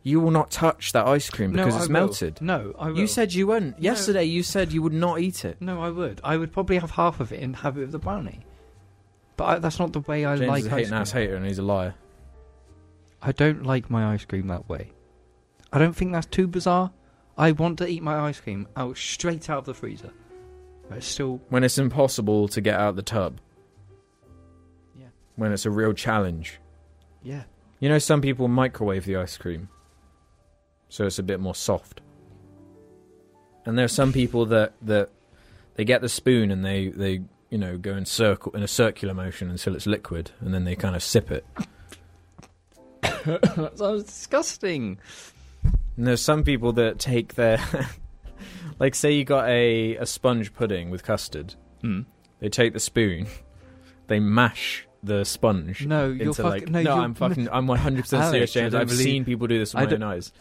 B: You will not touch that ice cream because it's melted.
D: No, I will.
B: You said you wouldn't.
D: No.
B: Yesterday you said you would not eat it.
D: no, I would. I would probably have half of it and have it with the brownie. But I, that's not the way I
B: James
D: like
B: is a
D: ice
B: hating
D: cream.
B: ass hater and he's a liar.
D: I don't like my ice cream that way. I don't think that's too bizarre. I want to eat my ice cream out straight out of the freezer. But it's still
B: When it's impossible to get out the tub.
D: Yeah.
B: When it's a real challenge.
D: yeah. [LAUGHS]
B: You know some people microwave the ice cream. So it's a bit more soft. And there are some people that, that they get the spoon and they, they you know, go in circle in a circular motion until it's liquid and then they kind of sip it.
D: that sounds disgusting.
B: And there's some people that take their [LAUGHS] like say you got a, a sponge pudding with custard.
D: Mm.
B: They take the spoon, they mash the sponge.
D: No, you're
B: into
D: fucking.
B: like,
D: no, you're,
B: I'm
D: [LAUGHS]
B: fucking. I'm 100 percent
D: Alex,
B: serious,
D: I
B: James.
D: don't
B: I've
D: believe-
B: seen people do this
D: I
B: with my
D: don't-
B: own eyes.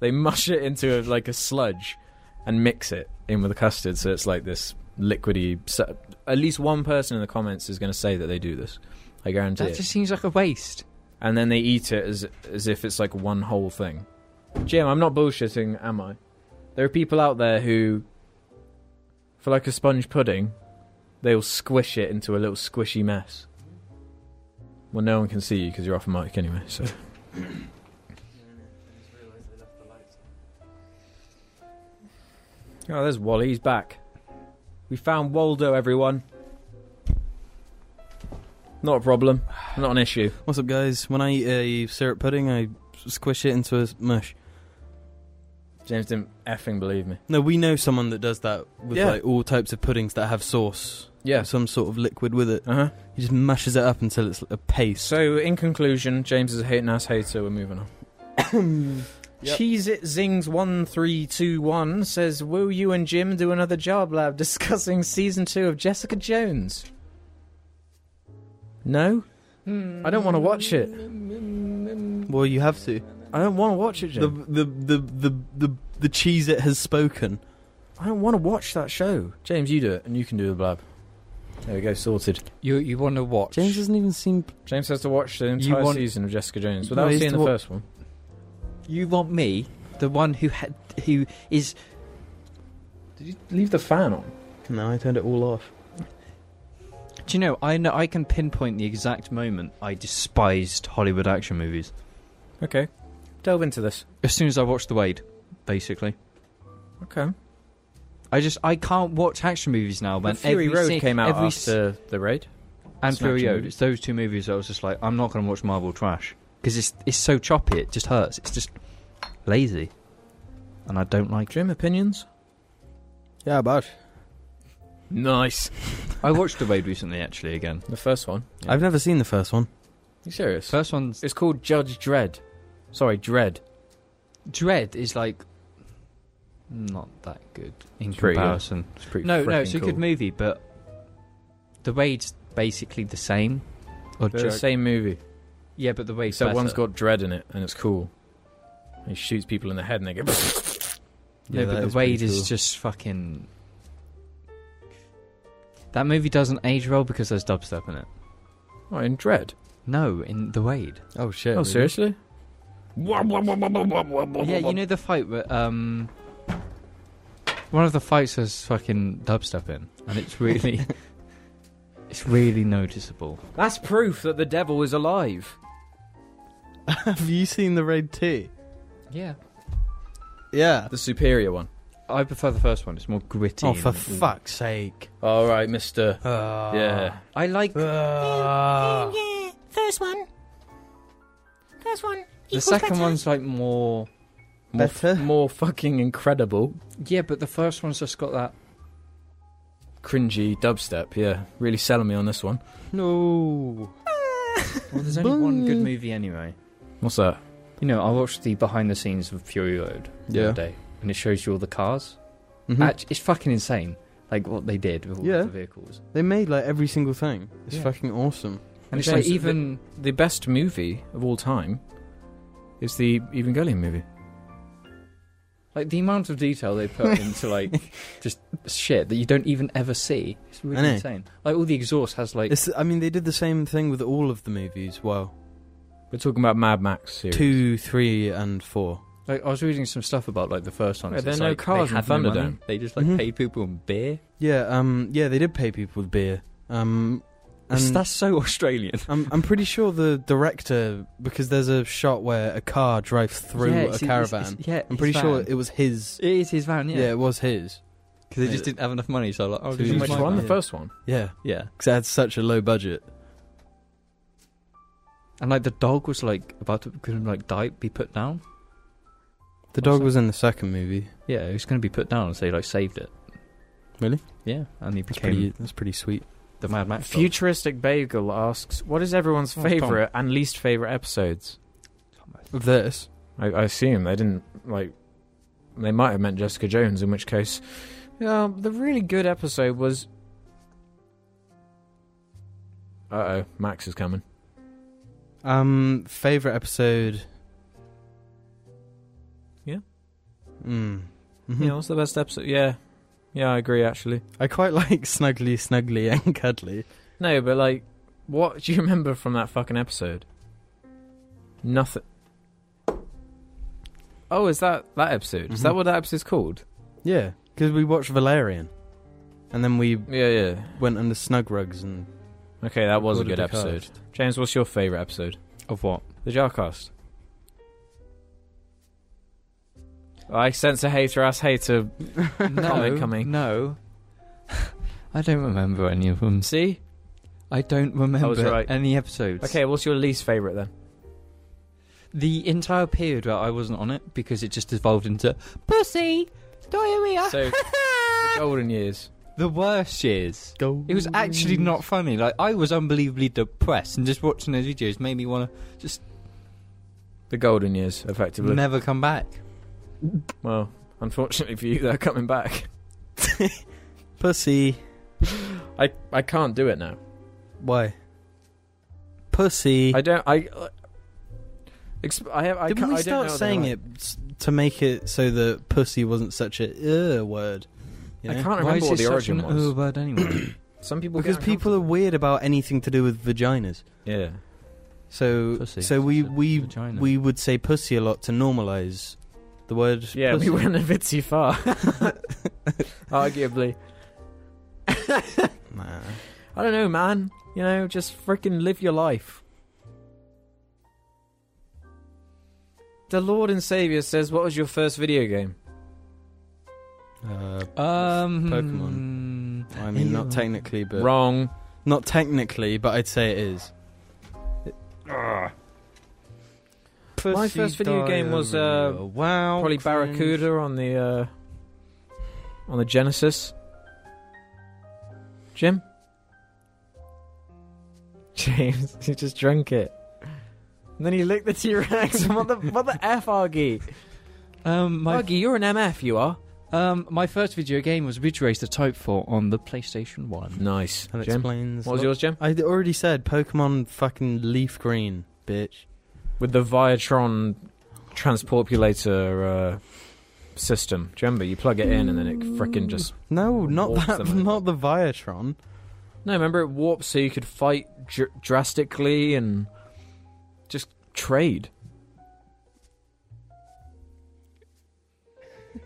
B: They mush it into a, like a sludge, and mix it in with the custard, so it's like this liquidy. So, at least one person in the comments is going to say that they do this. I guarantee
D: That
B: it.
D: just seems like a waste.
B: And then they eat it as as if it's like one whole thing. Jim, I'm not bullshitting, am I? There are people out there who, for like a sponge pudding, they'll squish it into a little squishy mess. Well, no one can see you because you're off mic anyway, so. Oh, there's Wally. He's back. We found Waldo, everyone. Not a problem. Not an issue.
C: What's up, guys? When I eat a syrup pudding, I squish it into a mush.
B: James didn't effing believe me.
C: No, we know someone that does that with
B: Yeah.
C: like all types of puddings that have sauce,
B: Yeah.
C: some sort of liquid with it.
B: Uh huh.
C: He just mashes it up until it's a paste.
B: So, in conclusion, James is a hating ass hater. We're moving on.
C: Yep.
B: Cheese It Zings 1321 says, Will you and Jim do another job lab [LAUGHS] discussing season two of Jessica Jones? No?
D: Hmm.
B: I don't want to watch it.
C: well, you have to.
B: I don't want to watch it,
C: The
B: Jim.
C: the the the the, the cheese it has spoken.
B: I don't want to watch that show. James, you do it, and you can do the blab. There we go, sorted.
D: You you want to watch?
C: James doesn't even seem.
B: James has to watch the
D: You
B: entire
D: want-
B: season of Jessica Jones
D: No,
B: without
D: he's
B: seeing
D: to
B: the
D: wa-
B: first one.
D: you want me, the one who had who is
B: Did you leave the fan on?
C: No, I turned it all off.
D: Do you know? I know I can pinpoint the exact moment I despised Hollywood action movies.
B: Okay. Delve into this.
D: As soon as I watched The Wade, basically,
B: Okay.
D: I just I can't watch action movies now. Man,
B: But Fury
D: Every
B: Road
D: scene-
B: came out
D: every s-
B: after the raid.
D: and
B: it's an
D: Fury
B: action
D: Road.
B: movie.
D: It's those two movies. I was just like, I'm not going to watch Marvel trash because it's it's so choppy. It just hurts. It's just lazy, and I don't like it.
B: Jim, opinions?
C: Yeah, but
B: Nice.
D: I watched The Wade recently, actually. Again,
B: The first one.
C: I've never seen the first one.
B: you serious?
D: first one's
B: It's called Judge Dredd. Sorry, Dredd.
D: Dread is like not that good in
B: It's pretty good.
D: comparison.
B: It's pretty
D: No, no,
B: frickin'
D: it's a
B: cool.
D: good movie, but the wade's basically the same. Or
B: They're the
D: just
B: same movie.
D: yeah, but the wade's
B: Except
D: better.
B: one's got Dredd in it, and it's cool. He shoots people in the head, and they go.
C: Yeah,
D: no,
C: that
D: but the
C: is pretty
D: wade
C: cool.
D: is just fucking. That movie doesn't age well because there's dubstep in it.
B: [LAUGHS] oh, in Dredd.
D: No, in the Wade.
C: Oh shit!
B: Oh,
C: really?
B: seriously?
D: Yeah, you know the fight where um, one of the fights has fucking dubstep in, and it's really, [LAUGHS] it's really noticeable.
B: That's proof that the devil is alive.
C: have you seen the Raid Two?
D: Yeah,
C: Yeah.
B: The superior one.
D: I prefer the first one. It's more gritty.
C: Oh, for
D: and-
C: fuck's sake!
B: All right, Mister. yeah.
D: I like
C: Ah.
E: First one. First one.
D: The second one's like more.
B: More f-
C: Better?
B: more fucking incredible,
D: Yeah, but the first one's just got that.
B: cringy dubstep. Yeah, really selling me on this one.
C: no.
D: Well, there's only one good movie anyway.
B: What's that?
D: You know, I watched the behind the scenes of Fury Road the
C: Yeah.
D: other day, and it shows you all the cars.
C: Mhm.
D: Act- it's fucking insane, like what they did with all
C: Yeah.
D: the vehicles.
C: They made like every single thing. It's
D: Yeah.
C: fucking awesome.
D: And it's
B: James,
D: like
B: the-
D: even
B: The best movie of all time is the Evangelion movie.
D: like the amount of detail they
C: [LAUGHS]
D: put into like just shit that you don't even ever see. It's
C: I
D: really
C: know.
D: insane. Like all the exhaust has like
C: It's, I mean, they did the same thing with all of the movies. Wow.
B: We're talking about Mad Max series.
C: Two, three, and four.
D: like I was reading some stuff about like the first one.
B: Yeah,
D: It's
B: there are no
D: like,
B: cars
D: they
B: in
D: had no money.
B: Thunderdome.
D: They just like
C: Mhm.
D: paid people in beer.
C: Yeah. Um. Yeah, they did pay people with beer. Um.
D: That's-
C: And
D: that's so [LAUGHS] Australian.
C: I'm, I'm pretty sure the director because there's a shot where a car drives through
D: Yeah,
C: a
D: it's- it's-
C: caravan.
D: it's- yeah,
C: I'm pretty
D: his
C: sure
D: van.
C: it was his.
D: it is his van.
C: Yeah.
D: Yeah,
C: it was his.
D: because they just didn't have enough money, so like, oh,
C: So
D: this
C: you
D: is
B: Which
C: might
D: my
B: one?
D: van.
B: The first one.
C: Yeah,
D: Yeah,
C: because it had such a low budget.
D: and like the dog was like about to gonna, like die, be put down.
C: The
D: dog
C: dog was in the second movie.
D: Yeah, it was going to be put down, so he like saved it.
C: Really?
D: Yeah, and he
C: That's
D: became
C: pretty. That's pretty sweet.
D: the Mad Max. dog.
B: Futuristic Bagel asks, "What is everyone's
D: Oh,
B: favorite and least favorite episodes?"
C: Of this,
B: I, I assume they didn't like. They might have meant Jessica Jones, in which case, yeah, the really good episode was. Uh oh, Max is coming.
C: um, favorite episode.
B: Yeah.
C: Mm. Mhm.
B: Yeah, what's the best episode? Yeah, yeah, I agree. Actually,
C: I quite [LAUGHS] like Snuggly, Snuggly, and Cuddly.
B: no, but like, what do you [LAUGHS] remember from that fucking episode? Nothing. Oh, is that that episode? Is that
C: Mhm.
B: what that episode's called?
C: Yeah, because we watched Valerian, and then we
B: Yeah, yeah.
C: went under snug rugs and
B: Okay, that was a
C: recorded
B: good
C: the
B: episode.
C: cast.
B: James, what's your favourite episode?
D: of [LAUGHS] what?
B: The Jarcast. I sense a hater ass hater.
D: No, [LAUGHS]
B: Comment coming.
D: no. I don't remember any of them.
B: See?
D: I don't remember
B: right.
D: any episodes.
B: Okay, what's your least favourite then?
D: The entire period where I wasn't on it because it just evolved into pussy, diarrhea. [LAUGHS]
B: So, golden years.
D: the worst years.
C: Go.
D: It was actually not funny. Like I was unbelievably depressed, and just watching those videos made me want to just
B: The golden years, effectively.
D: never come back.
B: Well, unfortunately for you, they're coming back.
C: pussy.
B: I, I can't do it now.
C: Why? Pussy.
B: I don't. I. Exp- I, have, I
C: Didn't
B: can't-
C: we
B: I don't know
C: start
B: what
C: saying
B: they're
C: it s- to make it so that pussy wasn't such a uh, word? you
B: like. I
C: know?
B: can't
D: Why
B: remember
D: is
B: what
D: it
B: the
D: such
B: origin
D: an
B: was.
D: oh word anyway?
C: [COUGHS]
B: Some people
C: Because
B: get
C: people are weird about anything to do with vaginas.
B: uncomfortable. Yeah.
C: So
D: Pussy.
C: so we
D: It's a
C: we
D: vagina.
C: we would say pussy a lot to normalize the word.
B: Yeah,
C: pussy.
B: we
C: [LAUGHS]
B: went a bit too far. Arguably.
C: Nah.
B: I don't know, man. You know, just freaking live your life. The Lord and Savior says, What was your first video game?
C: Uh,
D: um,
C: Pokemon. I mean, not technically, but
B: Wrong.
C: not technically, but I'd say it is.
B: My first video game was uh,
C: wow,
B: probably Barracuda on the uh, on the Genesis. Jim? [LAUGHS] James, [LAUGHS] he just drank it. And then he licked the T Rex. [LAUGHS] what the what the F Argy?
D: Um, my
B: Argy, you're an MF, you are.
D: um, my first video game was Ridge Racer Type Four on the PlayStation One.
B: Nice.
C: That
B: Jim?
C: explains.
B: What was
C: a lot.
B: yours, Jim?
C: I already said Pokemon fucking leaf green, bitch.
B: With the Viatron transportulator uh, system. Do you remember? You plug it in and then it frickin' just.
C: No, not
B: Warps
C: that.
B: them over.
C: Not the Viatron.
B: No, remember it warped so you could fight dr- drastically and just trade.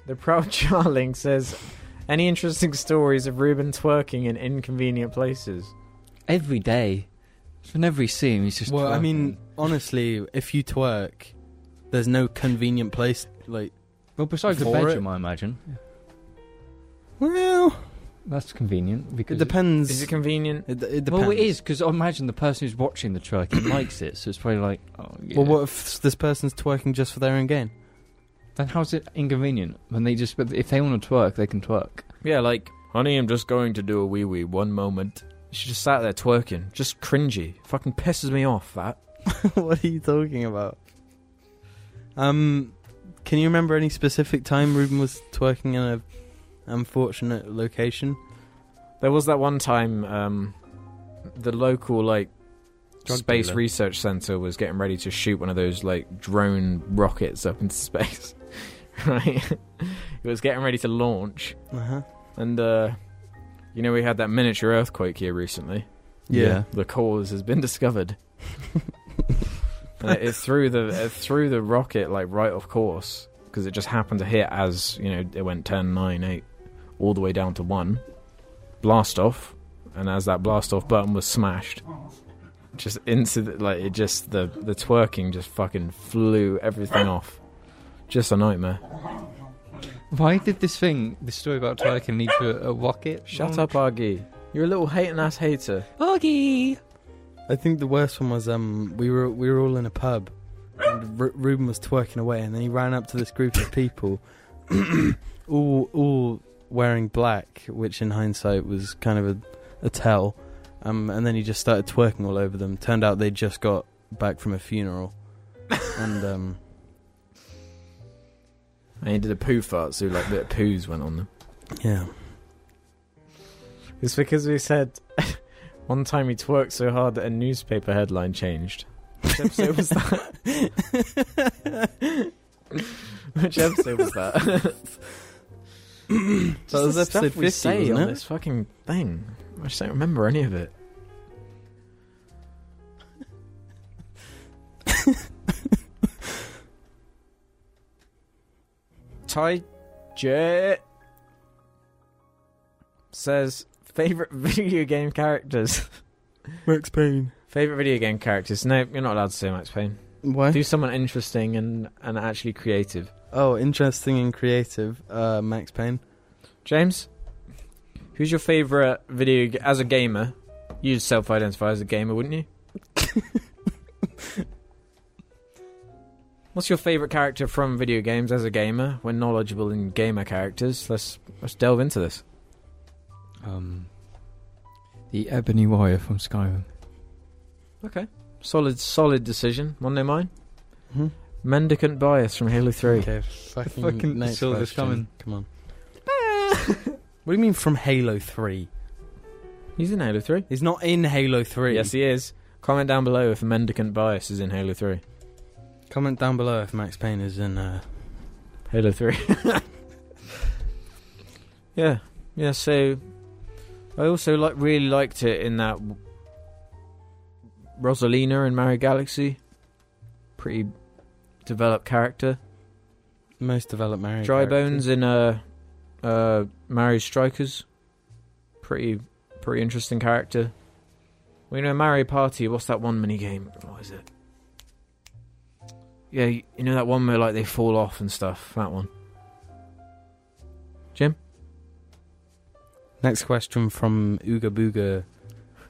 B: The proud [LAUGHS] Charling says, "Any interesting stories of Ruben twerking in inconvenient places?"
D: Every day, in every scene, he's just.
C: Well, I
D: twerking.
C: mean, honestly, if you twerk, there's no convenient place. Like,
D: well, besides the
C: for it-
D: bedroom, I imagine
C: well,
D: that's convenient because
C: it depends.
B: Is it convenient?
C: It, it depends.
D: Well, it is because I imagine the person who's watching the twerking [COUGHS] likes it, so it's probably like, oh, yeah.
C: Well, what if this person's twerking just for their own gain?
D: Then how's it inconvenient when they just? But if they want to twerk, they can twerk.
B: Yeah, like, honey, I'm just going to do a wee wee. One moment. She just sat there twerking, just cringy. Fucking pisses me off. That.
C: [LAUGHS] what are you talking about? Um, can you remember any specific time Ruben was twerking in a unfortunate location?
B: There was that one time um, the local like
C: Drug
B: space
C: dealer.
B: research center was getting ready to shoot one of those like drone rockets up into [LAUGHS] space. right, it was getting ready to launch,
C: Uh huh.
B: and uh, you know we had that miniature earthquake here recently.
C: Yeah.
B: The cause has been [LAUGHS] discovered. and it, it threw the it threw the rocket like right off course because it just happened to hit as you know it went 10, 9, 8, all the way down to one, blast off, and as that blast off button was smashed, just into the, like it just the the twerking just fucking flew everything off. Just a nightmare.
D: Why did this thing, this story about twerking, lead to a, a rocket?
B: Shut up, Argy. You're a little hating ass hater.
D: Augie.
C: I think the worst one was um we were we were all in a pub, and R- Ruben was twerking away, and then he ran up to this group of people, [COUGHS] all all wearing black, which in hindsight was kind of a, a tell, um and then he just started twerking all over them. Turned out they just got back from a funeral, and um
B: And he did a poo fart, so like a bit of poos went on them.
C: yeah
B: It's because we said [LAUGHS] one time he twerked so hard that a newspaper headline changed. Which episode was that? [LAUGHS] Which episode was that?
C: [LAUGHS] That was
B: the
C: episode
B: stuff we
C: 50,
B: say
C: wasn't
B: on
C: it?
B: this fucking thing. I just don't remember any of
C: [LAUGHS]
B: it. Ty J says favorite [LAUGHS] video game characters.
C: Max Payne.
B: favorite video game characters. No, you're not allowed to say Max Payne.
C: Why?
B: Do someone interesting and and actually creative.
C: oh, interesting and creative. Uh, Max Payne.
B: James, who's your favorite video g- as a gamer? You'd self-identify as a gamer, wouldn't [LAUGHS] you? What's your favourite character from video games as a gamer? We're knowledgeable in gamer characters. Let's let's delve into this.
D: Um, the Ebony Warrior from Skyrim.
B: Solid, solid decision. One no mine.
C: Hmm?
B: Mendicant bias from Halo Three.
C: Okay, fucking,
D: fucking
C: next
D: saw this
C: question.
D: coming.
C: Come on. what do you mean from Halo 3?
B: He's in Halo Three.
C: He's not in Halo 3.
B: Yes, he is. Comment down below if mendicant bias is in Halo Three.
C: Comment down below if Max Payne is in. Uh,
B: Halo Three. yeah, yeah. So I also like really liked it in that w- Rosalina in Mario Galaxy. Pretty developed character.
C: most developed Mario.
B: Dry
C: character.
B: Bones in uh, uh, Mario Strikers. Pretty pretty interesting character. We know Mario Party. What's that one mini game? What is it? Yeah, you you know that one where like they fall off and stuff. That one.
C: Next question from Ooga Booga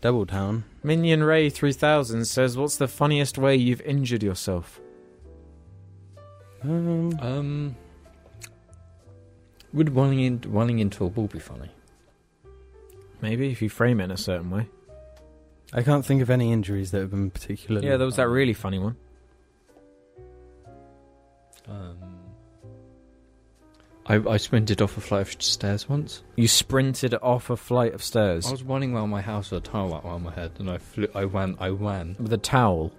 C: Double Town.
B: Minion Ray 3000 says, "What's the funniest way you've injured yourself?"
C: Um,
D: Um, would running in, running into a wall be funny?
B: Maybe if you frame it in a certain way.
C: I can't think of any injuries that have been particularly.
B: Yeah, there was that really funny one.
D: Um, I I sprinted off a flight of stairs once.
B: You sprinted off a flight of
D: I
B: stairs
D: was running around my house with a towel wrapped around my head, and I flew. I ran. I ran.
B: with a towel.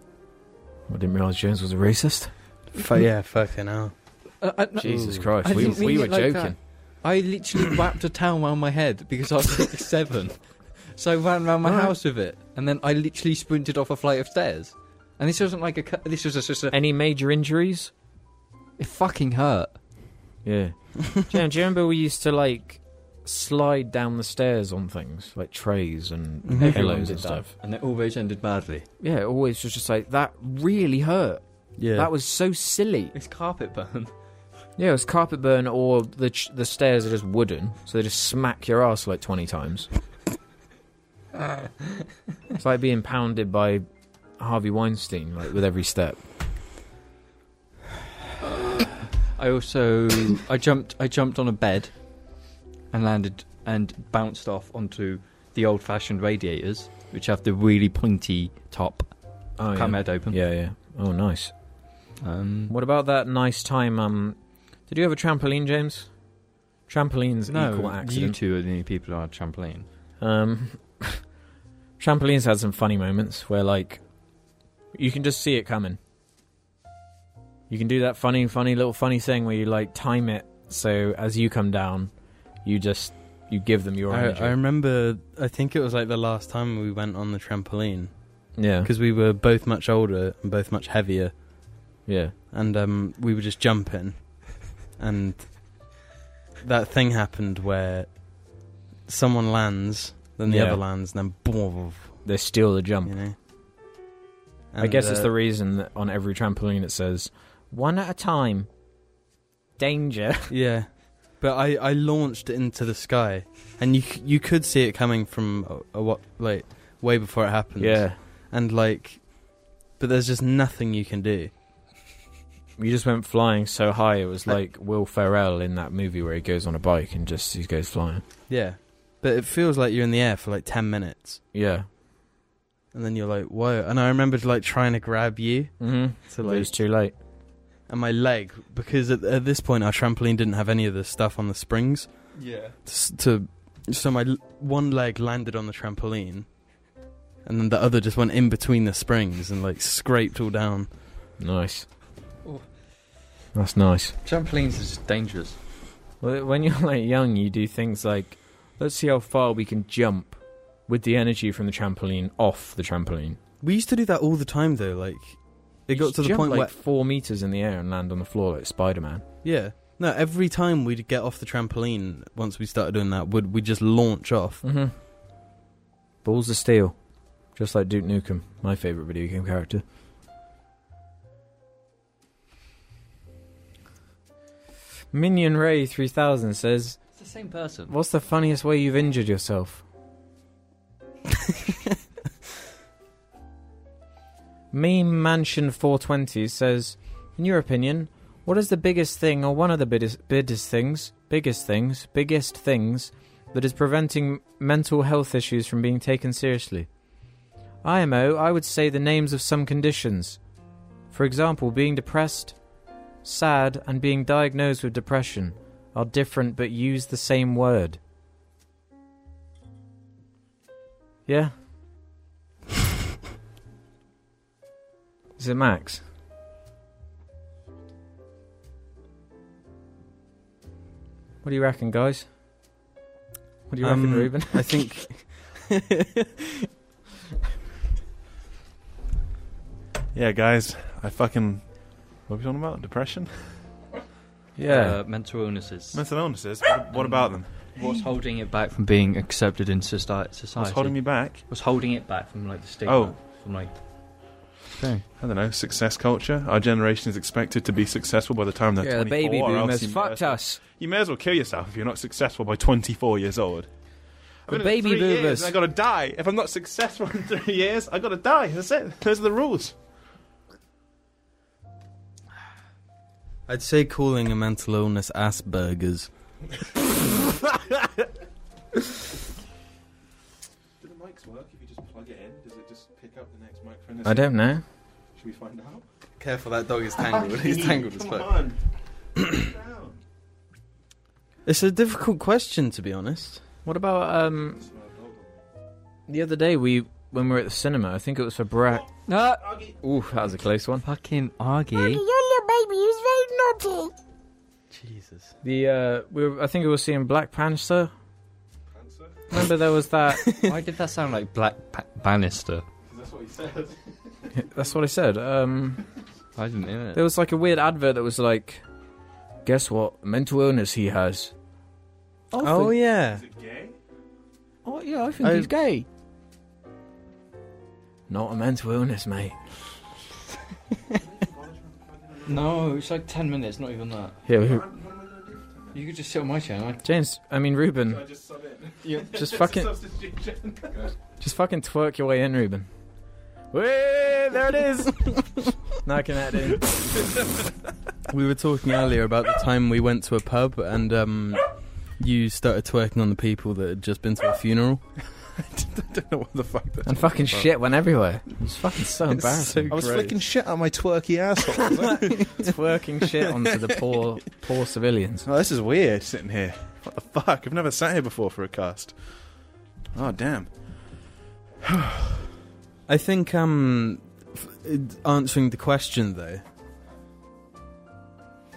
B: I didn't realize Jones was a racist.
C: Fu- yeah, fucking hell.
D: Uh, I- no-
B: Jesus
C: Ooh.
B: Christ,
D: I
B: we,
D: didn't mean
B: we were
D: it like
B: joking.
D: I literally [COUGHS] wrapped a towel around my head because I was six seven. So I ran around my
B: Alright.
D: house with it, and then I literally sprinted off a flight of stairs. And this wasn't like a. cu- This was just a.
B: Any major injuries?
D: It fucking hurt.
B: Yeah. do, you know, do you remember we used to like slide down the stairs on things like trays and
C: Mhm. Everyone
B: pillows
D: did
B: and
D: that,
B: stuff?
D: and it always ended badly.
B: Yeah, it always was just like that really hurt.
C: Yeah.
B: That was so silly.
D: It's carpet burn.
B: Yeah, it was carpet burn or the ch- the stairs are just wooden, so they just smack your ass like twenty times. it's like being pounded by Harvey Weinstein, like with every step.
D: I also I jumped I jumped on a bed and landed and bounced off onto the old fashioned radiators, which have the really pointy top.
B: Oh,
D: Cut
B: yeah.
D: my head open.
B: yeah, yeah. Oh, nice.
D: Um,
B: What about that nice time? Um, did you have a trampoline, James? Trampolines equal
D: no, you
B: accident.
D: two are the only people who are trampoline.
B: Um, [LAUGHS] trampolines had some funny moments where, like, you can just see it coming. You can do that funny, funny little funny thing where you like time it so as you come down, you just you give them your
C: I,
B: energy.
C: I remember. I think it was like the last time we went on the trampoline
B: yeah,
C: because we were both much older and both much heavier,
B: yeah.
C: and um, we were just jumping, and that thing happened where someone lands, then the
B: Yeah.
C: other lands, then boom,
B: They steal the jump.
C: you know.
B: I guess it's
C: uh,
B: the reason that on every trampoline it says one at a time.
C: [LAUGHS]
B: Danger.
C: Yeah, but I, I launched it into the sky, and you c- you could see it coming from a, a what like way before it happened.
B: yeah.
C: and like, but there's just nothing you can do.
B: You just went flying so high it was like Will Ferrell in that movie where he goes on a bike and just he goes flying.
C: Yeah, but it feels like you're in the air for like ten minutes,
B: Yeah.
C: and then you're like, whoa! And I remembered like trying to grab you
B: Mm-hmm.
C: to
B: it
C: like,
B: was too late.
C: and my leg because at, at this point our trampoline didn't have any of the stuff on the springs.
D: Yeah.
C: s- to so my l- one leg landed on the trampoline and then the other just went in between the springs and like scraped all down
B: Nice.
D: Oh.
B: That's nice.
D: Trampolines are just dangerous.
B: Well, when you're like young, you do things like, let's see how far we can jump with the energy from the trampoline off the trampoline.
C: we used to do that all the time though like it
B: You
C: got
B: just
C: to the
B: jump,
C: point
B: like
C: where
B: four meters in the air and land on the floor like Spider Man.
C: yeah no every time we'd get off the trampoline once we started doing that would we just launch off
B: Mm-hmm. Balls of steel, just like Duke Nukem, my favorite video game character. Minion Ray 3000 says,
D: It's the same person.
B: "What's the funniest way you've injured yourself?" [LAUGHS] Meme Mansion 420 says, "In your opinion, what is the biggest thing, or one of the biggest, biggest things, biggest things, biggest things, that is preventing mental health issues from being taken seriously?" IMO, I would say the names of some conditions. For example, being depressed, sad, and being diagnosed with depression are different but use the same word. Yeah. [LAUGHS] Is it Max? What do you reckon, guys? What do you
C: Um,
B: reckon, Ruben?
C: I think.
F: [LAUGHS] Yeah, guys, I fucking. What are we talking about? Depression?
B: [LAUGHS] Yeah.
D: Uh, mental illnesses.
F: Mental illnesses? What, what about them?
D: What's holding it back from being accepted in soci- society?
F: What's holding me back?
D: What's holding it back from like the stigma?
F: Oh.
D: From like
F: I don't know. Success culture? Our generation is expected to be successful by the time they're 24. or else you may as well-
B: us.
F: You may as well kill yourself if you're not successful by 24 years old.
B: The
F: I've been in it
B: baby
F: three years
B: boomers.
F: and I gotta die. If I'm not successful [LAUGHS] in three years, I gotta die. That's it. Those are the rules.
C: I'd say calling a mental illness Asperger's.
F: Do the mics work if you just plug it in? Does it just pick up the next microphone?
B: I don't know.
F: Should we find out?
C: Careful, that dog is [LAUGHS]
F: on.
C: It's a difficult question, to be honest.
B: What about um the other day we when we were at the cinema? I think it was for Brack.
D: no
B: Ooh, that was a close one.
D: fucking
E: Maggie,
D: argue.
E: your little baby is very naughty.
C: Jesus.
B: The uh, we were, I think we were seeing Black Panther. Remember there was that.
D: Why did that sound like Black pa- Bannister?
F: That's what he said.
B: that's what I said. Um,
D: I didn't hear it.
B: there was like a weird advert that was like, "Guess what mental illness he has."
C: Oh,
B: for-
C: yeah.
F: it gay?
B: Oh yeah, I think
C: Oh.
B: he's gay. Not a mental illness, mate.
D: No, it's like ten minutes, not even that.
B: Yeah, we,
D: You could just sit on my channel.
B: James. I mean Ruben.
F: [LAUGHS] just sub it?
B: Just fucking.
F: [LAUGHS] Substitution.
B: Just fucking twerk your way in, Ruben. Way there it [LAUGHS] is. Knocking that in.
C: We were talking earlier about the time we went to a pub and um, you started twerking on the people that had just been to a funeral.
F: I don't know what the fuck that.
B: And fucking shit went everywhere. It's fucking so
C: It's so
B: embarrassing.
F: I was
C: Gross.
F: flicking shit on my twerky asshole.
B: twerking shit onto the poor, poor civilians.
F: [LAUGHS] oh, this is weird sitting here. What the fuck? I've never sat here before for a cast. Oh damn.
C: I think um, f- it- answering the question though,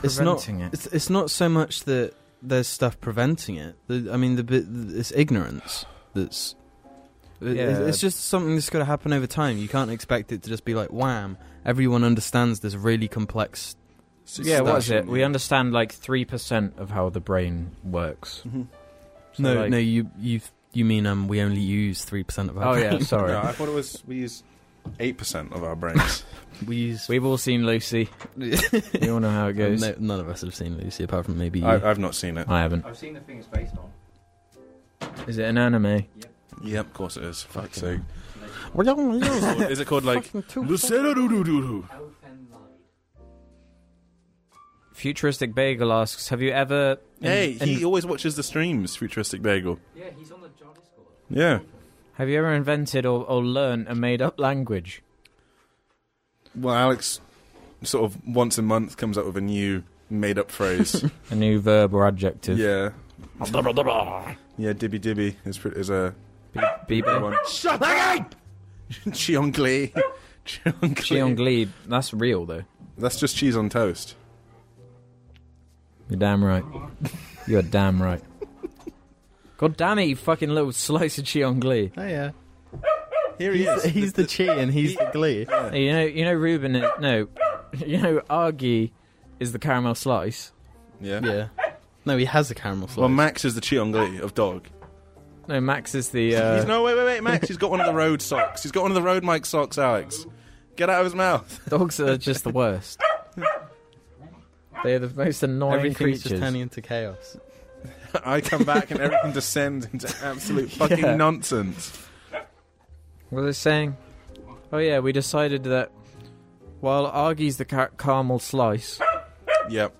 C: it's not
B: Preventing it.
C: it's, it's not so much that there's stuff preventing it. The, I mean, the bit it's ignorance that's. it-
B: Yeah.
C: It's just something that's got to happen over time. You can't expect it to just be like, wham, everyone understands this really complex.
B: Yeah, what is it? We understand like three percent of how the brain works.
F: Mhm.
B: So,
C: no,
B: like-
C: no, you you you mean um, we only use three percent of our.
B: [LAUGHS] Oh [LAUGHS] yeah, sorry.
F: No, I thought it was we use eight percent of our [LAUGHS] brains.
C: we use.
B: We've all seen Lucy. We
C: [LAUGHS]
B: all know how it goes.
C: no, none of us have seen Lucy apart from maybe you.
F: I, I've not seen it.
B: I haven't.
D: I've seen the thing it's based on.
B: Is it an anime?
F: Yep, of course it is. Fuck's sake.
B: Fucking
F: is it called like Lucero Doo
B: Futuristic Bagel asks, "Have you ever?" in-
F: Hey,
B: in-
F: he always watches the streams, Futuristic Bagel.
D: Yeah, he's on the John Discord.
F: Yeah.
B: Have you ever invented or, or learned a made up language?
F: Well, Alex sort of once a month comes up with a new made up [LAUGHS] phrase.
B: A new verb or adjective?
F: yeah. yeah, Dibby Dibby is, pretty, is a good
B: Bieber?
F: one. Shut [LAUGHS] up! Chiongli. Chiongli.
B: Chiongli. That's real, though.
F: That's just cheese on toast.
B: You're damn right. You're damn right. God damn it, you fucking little [LAUGHS] slice of Chiongli.
D: Oh yeah.
F: Here he
C: [LAUGHS]
F: is.
C: he's the chi and he's the
B: [LAUGHS]
C: glee.
B: You know, you know, Ruben. Is, no, [LAUGHS] you know, Argy is the caramel slice.
F: Yeah.
C: Yeah. No, he has a caramel
F: Well,
C: slice.
F: Max is the Chiongli of dog.
B: No, Max is the. Uh,
F: He's, no, wait, wait, wait, Max. He's got one of the road socks. He's got one of the road mic socks, Alex. Get out of his mouth. [LAUGHS]
B: Dogs are just the
C: [LAUGHS]
B: worst. They are the most annoying
C: Everything's just
B: creatures.
C: turning into chaos.
F: I come back and everything descends into absolute fucking
B: Yeah.
F: nonsense.
B: What was I saying? Oh yeah, we decided that While Argie's the car- caramel slice,
F: Yep.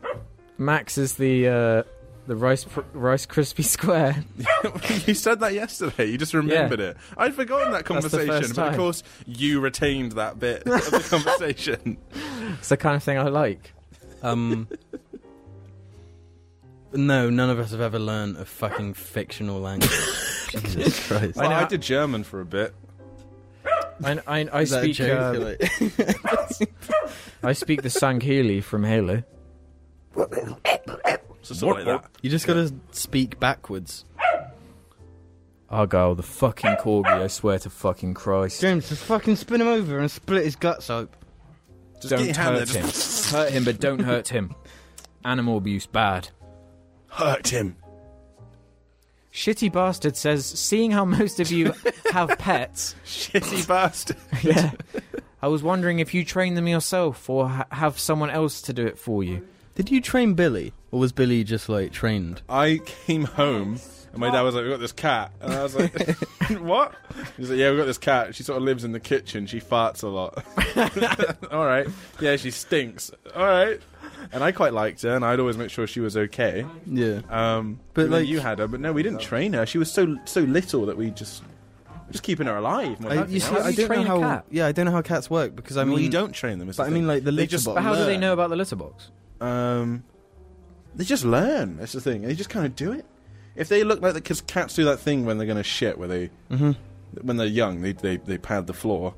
B: Max is the uh, the rice pr- rice crispy [LAUGHS] square.
F: [LAUGHS] you said that yesterday. You just remembered it. I'd forgotten that
B: That's the
F: conversation,
B: first
F: but of
B: time.
F: course you retained that bit
B: [LAUGHS]
F: of the conversation.
B: It's the kind of thing I like.
C: Um. no, none of us have ever learned a fucking fictional [LAUGHS] language. Jesus Christ.
B: I
F: Well,
B: know-
F: I did German for a bit.
B: I I, I speak uh, I speak the Sangheili from Halo.
F: So something like that.
C: you just gotta speak backwards.
B: Argyle, the fucking corgi. I swear to fucking Christ.
C: James, just fucking spin him over and split his guts open.
F: Just
B: don't
F: get your hand
B: hurt
F: there,
B: him.
F: just
B: hurt him, but don't hurt him. Animal abuse bad.
F: hurt him.
B: Shitty bastard says, seeing how most of you have pets,
F: Shitty bastard.
B: yeah, I was wondering if you train them yourself or ha- have someone else to do it for you.
C: Did you train Billy? Or was Billy just like trained?
F: I came home and my dad was like, "We got this cat," and I was like, [LAUGHS] "What?" He's like, "Yeah, we got this cat. She sort of lives in the kitchen. She farts a lot." [LAUGHS] All right. Yeah, she stinks. All right. And I quite liked her, and I'd always make sure she was okay.
C: Yeah.
F: Um,
C: But,
F: but like
C: like-
F: you had her, but no, we didn't train her. She was so so little that we just just keeping her alive. more
C: I,
F: than
C: you see,
F: anything
B: do
C: I
F: else.
B: you
C: don't know
B: train a
C: how.
B: cat?
C: Yeah, I don't know how cats work because I
F: I mean,
C: mean,
F: you don't train them. Is
C: But
F: the
C: I mean,
F: thing.
C: like the
F: They
C: litter
F: just
C: box.
B: But how do they
F: learn.
B: know about the litterbox?
F: Um, they just learn. That's the thing. They just kind of do it. If they look like because cats do that thing when they're going to shit, where they
C: Mhm.
F: when they're young, they they, they pad the floor.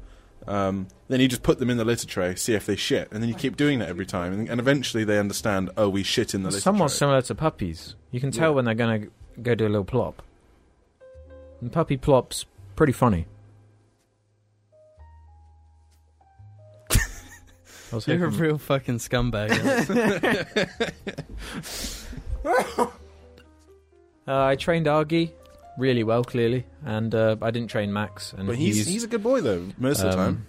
F: Um, then you just put them in the litter tray, see if they shit, and then you keep doing that every time, and, and eventually they understand. Oh, we shit in the litter
B: Somewhat
F: tray.
B: similar to puppies. You can tell
F: Yeah.
B: when they're going to go do a little plop. And puppy plops, pretty
F: [LAUGHS]
B: funny. I was
C: You're a
B: hoping-
C: real fucking scumbag.
B: [LAUGHS] Uh, I trained Argy really well, clearly, and uh, I didn't train Max. And
F: But he's, he's a good boy though most of
B: um,
F: the time.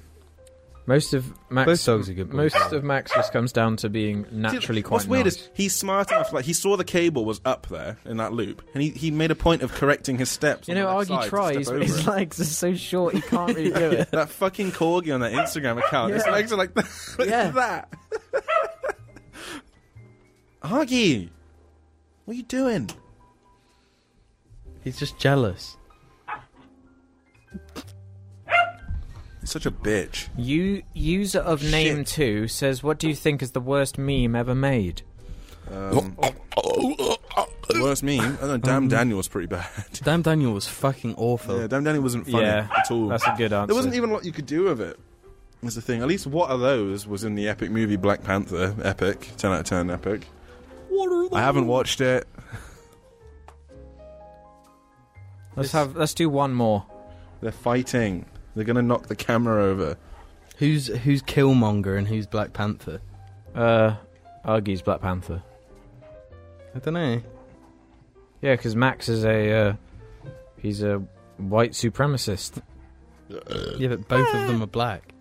B: Most of Max,
C: Both dogs are good boys.
B: Most of Max just comes down to being naturally
F: See,
B: quite
F: What's weird
B: nice.
F: is he's smart enough. Like he saw the cable was up there in that loop, and he, he made a point of correcting his steps.
B: you
F: on
B: know, Argy
F: the left side to
B: tries,
F: step
B: but
F: over
B: his
F: it.
B: legs are so short he can't really
F: [LAUGHS]
B: do it.
F: That fucking corgi on that Instagram account. His
B: Yeah.
F: legs are like [LAUGHS] that. Look
B: Yeah.
F: at that. [LAUGHS] Huggy, what are you doing?
C: He's just jealous.
F: Such a bitch.
B: You user of name
F: Shit.
B: two says, "What do you think is the worst meme ever made?"
F: Um, worst meme. I don't know. Damn
B: Um,
F: Daniel was pretty bad. [LAUGHS]
C: Damn Daniel was fucking awful.
F: Yeah, Damn Daniel wasn't funny
B: oh. Yeah,
F: at all.
B: That's a good answer.
F: There wasn't even a lot you could do with it. Was the thing. At least what are those was in the epic movie Black Panther. Epic. Ten out of ten. Epic. I haven't watched it.
B: Let's have. Let's do one more.
F: They're fighting. They're gonna knock the camera over.
C: Who's who's Killmonger and who's Black Panther?
B: Uh, Argy's Black Panther.
C: I don't know.
B: Yeah, because Max is a. Uh, he's a white supremacist.
C: Yeah, but both of them are black.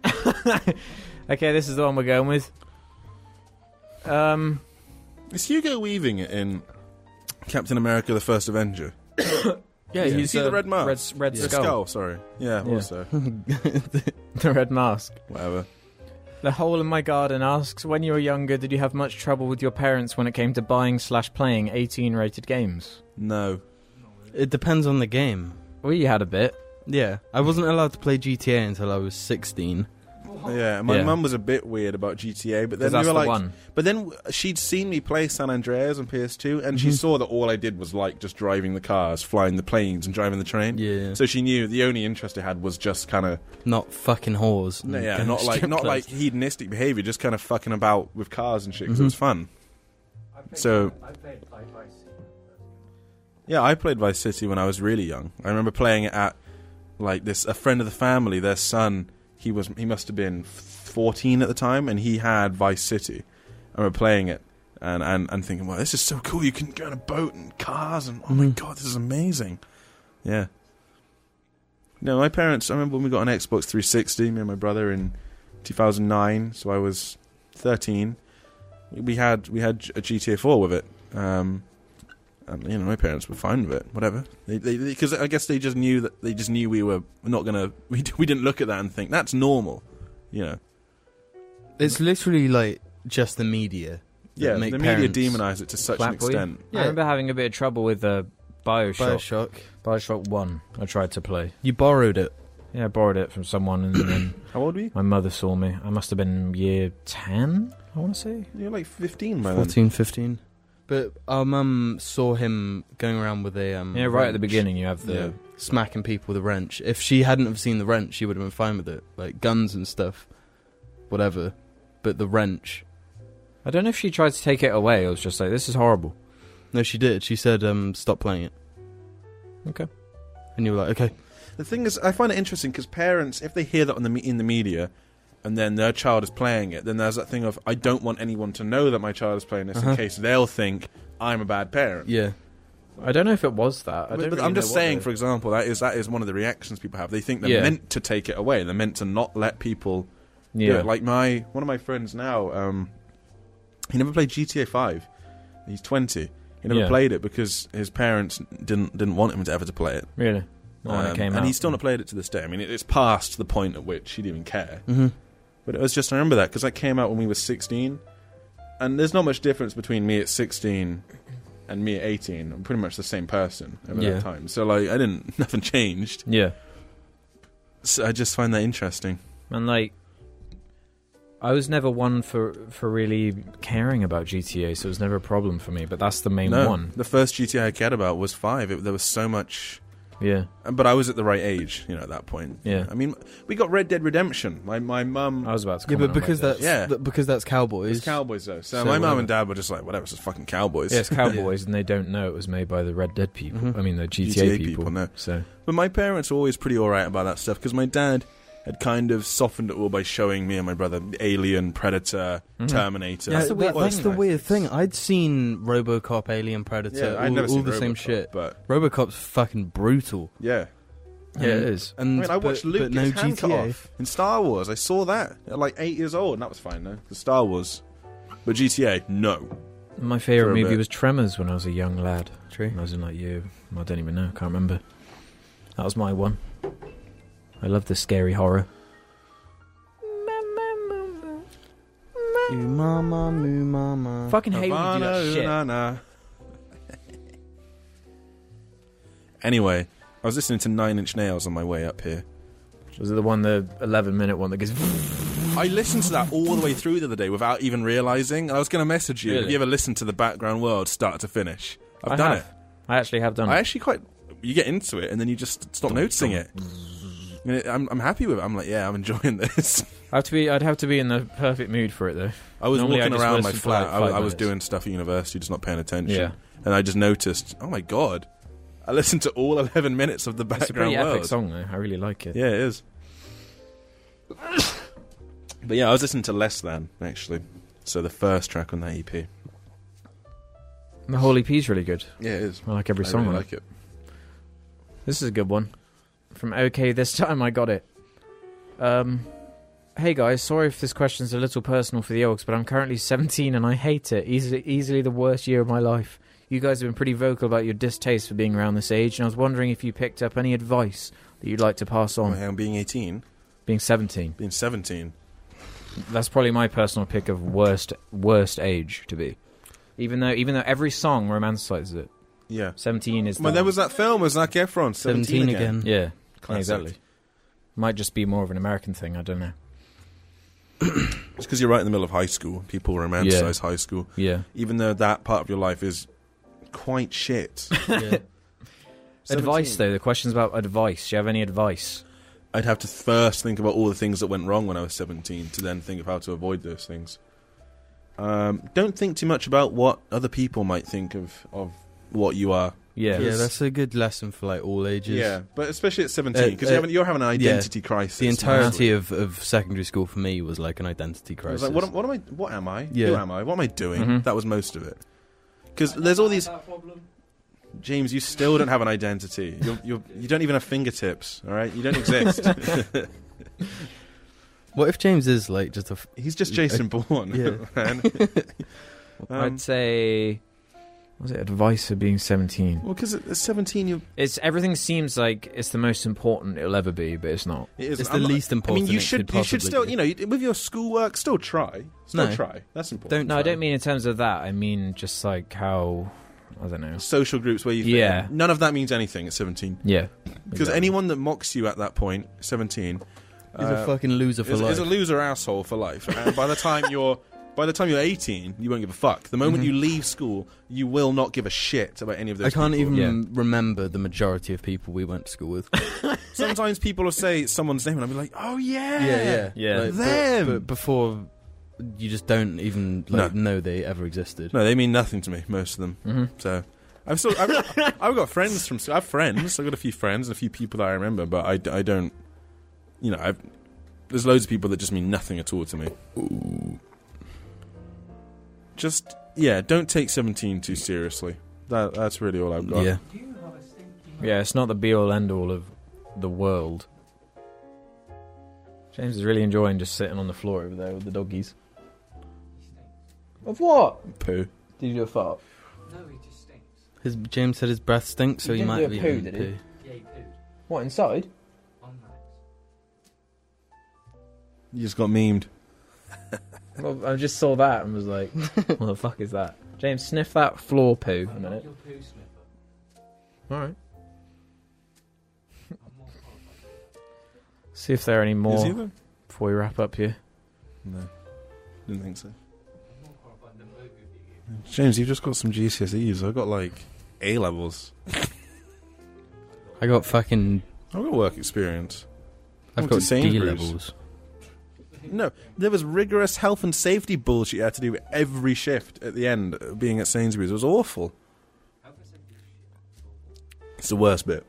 B: Okay, this is the one we're going with. Um,
F: Is Hugo Weaving it in Captain America: The First Avenger?
B: yeah,
F: you see the red mask?
B: red, red
F: The
B: skull,
F: skull, sorry. Yeah,
B: Yeah.
F: also.
B: [LAUGHS] the red mask.
F: Whatever.
B: The hole in my garden asks, when you were younger, did you have much trouble with your parents when it came to buying slash playing 18 rated games?
F: No.
C: It depends on the game.
B: We had a bit.
C: Yeah, I wasn't allowed to play GTA until I was 16.
F: Yeah, my
B: Yeah.
F: mum was a bit weird about GTA, but
B: 'Cause
F: then
B: that's
F: we
B: the
F: were like,
B: one.
F: but then w- she'd seen me play San Andreas on PS2, and
B: Mhm.
F: she saw that all I did was like just driving the cars, flying the planes, and driving the train.
C: Yeah.
F: So she knew the only interest I had was just kind of
C: Not fucking whores. and
F: yeah,
C: going
F: not
C: to
F: like
C: strip
F: not like
C: clubs.
F: hedonistic behavior, just kind of fucking about with cars and shit
B: Mm-hmm.
F: because it was fun. So yeah, I played Vice City when I was really young. I remember playing it at like this a friend of the family, their son. He was he must have been f- fourteen at the time, and he had Vice City. I remember playing it and and, and thinking, wow, this is so cool. You can go on a boat and cars, and oh my god, this is amazing. Yeah. No, my parents. I remember when we got an Xbox 360, me and my brother in 2009. So I was 13. We had we had a GTA 4 with it, um, and you know my parents were fine with it. Whatever, because they, they, 'cause I guess they just knew that they just [LAUGHS] knew we were not gonna we d- we didn't look at that and think that's normal, you know.
C: It's literally like just the media. that
F: yeah,
C: make
F: the media
C: parents-
F: demonize it to such an
B: Flat boy.
F: extent.
B: I remember having a bit of trouble with uh, Bioshock.
C: Bioshock.
B: Bioshock 1, I tried to play.
C: You borrowed it.
B: Yeah, I borrowed it from someone and then [COUGHS]
F: How old were you?
B: my mother saw me. I must have been year 10, I want to say.
F: You're like 15 by then.
C: 14, 15. But our mum saw him going around with a um,
B: Yeah, right at the
C: wrench,
B: beginning you have the...
F: Yeah.
C: smacking people with a wrench. If she hadn't have seen the wrench, she would have been fine with it, like guns and stuff, whatever. But the wrench,
B: I don't know if she tried to take it away. I was just like, this is horrible.
C: no, she did. She said, um, "Stop playing it."
B: Okay.
C: And you were like, "Okay,
F: The thing is, I find it interesting because parents, if they hear that on the me- in the media, and then their child is playing it, then there's that thing of I don't want anyone to know that my child is playing this
C: Uh-huh.
F: in case they'll think I'm a bad parent.
C: yeah."
B: I don't know if it was that. I
F: But,
B: don't
F: but
B: really
F: I'm just
B: know what
F: saying,
B: the-
F: for example, that is that is one of the reactions people have. They think they're
B: Yeah.
F: meant to take it away. They're meant to not let people. do
B: Yeah.
F: it. Like my one of my friends now, um, he never played GTA Five. He's 20. He never
B: Yeah.
F: played it because his parents didn't didn't want him to ever to play it.
B: really? Not when
F: Um,
B: Oh, it came
F: and
B: out.
F: he's still not played it to this day. I mean, it, it's past the point at which he'd even care.
C: Mm-hmm.
F: But it was just I remember that because that came out when we were 16, and there's not much difference between me at 16 and me at 18. I'm pretty much the same person over
C: Yeah.
F: that time. So like, I didn't [LAUGHS] nothing changed.
B: Yeah.
F: So I just find that interesting.
B: And like, I was never one for for really caring about GTA, so it was never a problem for me. But that's the main
F: no,
B: one.
F: the first GTA I cared about was five. It, there was so much,
B: Yeah.
F: but I was at the right age, you know, at that point.
B: Yeah.
F: I mean, we got Red Dead Redemption. My my mum.
B: I was about to.
C: Yeah,
B: comment
C: but
B: on
C: because
B: like
C: that's
B: this.
F: Yeah.
C: th- because that's cowboys.
F: It's Cowboys though, so,
C: So
F: my mum
C: whatever.
F: and dad were just like, whatever, it's Mm-hmm. just fucking Cowboys. [LAUGHS]
B: Yeah, it's Cowboys, and they don't know it was made by the Red Dead people.
C: Mhm.
B: I mean, the GTA,
F: GTA
B: people.
F: people, no.
B: So
F: But my parents were always pretty alright about that stuff because my dad had kind of softened it all by showing me and my brother Alien, Predator,
B: Mhm.
F: Terminator.
C: Yeah,
F: All
C: that's the, weird,
F: those
C: Mm-hmm. that's the
F: things.
C: weird thing. I'd seen RoboCop, Alien
F: Yeah,
C: Predator,
F: I'd
C: all,
F: never
C: all
F: seen
C: the same
F: RoboCop,
C: shit.
F: But
C: RoboCop's fucking brutal.
F: yeah,
B: yeah, it is.
C: And
F: I mean, I watched
C: but,
F: Luke
C: but
F: get
C: no
F: his hand cut
C: GTA.
F: off in Star Wars. I saw that at like eight years old, and that was fine though. The Star Wars, but GTA, no.
B: My
F: For a
B: favorite movie
F: bit.
B: was Tremors when I was a young lad.
C: True.
B: When I was in like year, I don't even know, I can't remember. That was my one. I love the scary horror.
C: You mama, moo mama.
B: Fucking hate when you do that
F: Havana,
B: shit.
F: ooh, na, na. anyway, I was listening to Nine Inch Nails on my way up here.
B: Was it the one, the 11 minute one that goes. [LAUGHS]
F: I listened to that all the way through the other day without even realizing. I was going to message you. Have
B: Really?
F: you ever listened to the background world start to finish? I've
B: I
F: done
B: have. I actually have
F: it.
B: done
F: I
B: it.
F: actually quite. You get into it and then you just stop noticing it. I mean, I'm, I'm happy with it. I'm like, yeah, I'm enjoying [LAUGHS] this.
B: I have to be, I'd have to be in the perfect mood for it though.
F: I was
B: Normally I
F: walking
B: just
F: around my
B: listen for
F: flat.
B: like
F: I, was-
B: five
F: I
B: minutes.
F: was doing stuff at university, just not paying attention.
B: Yeah.
F: And I just noticed, oh my god, I listened to all [LAUGHS] 11 minutes of the
B: It's a
F: background
B: pretty
F: world.
B: epic song though. I really like it.
F: Yeah, it is. [COUGHS] but yeah, I was listening to Less Than actually. So the first track on that E EP.
B: The whole EP is really good.
F: Yeah, it is.
B: I like every song.
F: I
B: on
F: really
B: it.
F: like it.
B: This is a good one. From OK, this time I got it. Um, hey guys, sorry if this question's a little personal for the orcs, but I'm currently 17 and I hate it. Easily, easily the worst year of my life. You guys have been pretty vocal about your distaste for being around this age, and I was wondering if you picked up any advice that you'd like to pass
F: Oh,
B: on.
F: hang on, being 18,
B: Being 17,
F: being 17.
B: that's probably my personal pick of worst worst age to be. Even though, even though every song romanticizes it,
F: Yeah.
B: 17 is. the
F: Well, there
B: one.
F: was that film with Zac Efron, 17,
C: 17
F: again.
C: again.
B: Yeah,
F: Classic.
B: exactly. Might just be more of an American thing. I don't know.
F: It's because you're right in the middle of high school. People romanticize high school,
B: Yeah.
F: even though that part of your life is quite shit.
C: [LAUGHS] Yeah.
B: Advice
F: 17.
B: though. The question's about advice. Do you have any advice?
F: I'd have to first think about all the things that went wrong when I was 17 to then think of how to avoid those things. Um, don't think too much about what other people might think of, of what you are.
B: Yeah.
C: Yeah, that's a good lesson for like all ages.
F: yeah, but especially at 17,
C: Uh,
F: because
C: uh,
F: you haven't- you're having an
C: yeah.
F: identity crisis.
C: The entirety of, of secondary school for me was like an identity
F: I
C: crisis.
F: was like, what am, what am I? What am I?
C: Yeah.
F: Who am I? What am I doing?
B: Mhm.
F: That was most of it. Because there's all these. James, you still don't have an identity. You're, you're, you don't even have fingertips. All right, you don't exist. [LAUGHS]
C: What if James is like just a? F-
F: [LAUGHS] He's just Jason Bourne.
C: Yeah.
F: man. Um,
B: I'd say. was it advice for being 17?
F: Well, because at at 17, you
B: It's everything seems like it's the most important it'll ever be, but it's not.
F: it is,
C: It's the least
F: I
C: important.
F: mean, you
C: it
F: should
C: could
F: you should
C: possibly
F: still
C: be.
F: you know you- with your schoolwork still try, still
C: No.
F: try. That's important.
C: don't.
B: No, I
C: try.
B: don't mean in terms of that. I mean just like how I don't know.
F: Social groups where you fit
B: Yeah.
F: in. none of that means anything at 17
B: Yeah,
F: because anyone that mocks you at that point, 17,
C: He's
F: uh,
C: a fucking loser for
F: is, is
C: life.
F: a loser asshole for life. And by the time you're [LAUGHS] by the time you're 18, you won't give a fuck. The moment
C: Mhm.
F: you leave school, you will not give a shit about any of those.
C: I can't
F: people.
C: even
B: Yeah.
C: remember the majority of people we went to school with.
F: Sometimes people will say someone's name, and I'll be like, [LAUGHS] "Oh yeah,
B: Yeah.
C: Like, but-
F: Them.
C: But, before, you just don't even like know they ever existed.
F: No, they mean nothing to me. Most of them.
B: hmm
F: So I've still I've, I've got friends from school. I've friends. I've got a few friends and a few people that I remember, but I, I don't. You know, I've, there's loads of people that just mean nothing at all to me. Just yeah, don't take 17 too seriously. That that's really all I've got.
C: Yeah.
B: Yeah, it's not the be all end all of the world. James is really enjoying just sitting on the floor over there with the doggies. Of what?
F: Poo.
B: Did you do a fart?
C: His, James said his breath stinks, so
B: He
C: he
B: didn't
C: might
B: do a
C: have
B: poo,
C: eaten
B: did
C: poo.
B: he? What inside?
F: You just got memed.
B: Well, I just saw that and was like, "What the fuck is that?" James, sniff that floor poo a minute. All right. See if there are any
F: Is he
B: more
F: though?
B: before we wrap up here.
F: No, didn't think so. James, you've just got some GCSEs. I've got like A levels.
C: I got fucking.
F: I've got work experience.
C: I've
F: Went
C: got
F: to
C: D
F: Sainsbury's.
C: levels.
F: No, there was rigorous health and safety bullshit you had to do every shift at the end, uh, being at Sainsbury's. It was awful. It's the worst bit.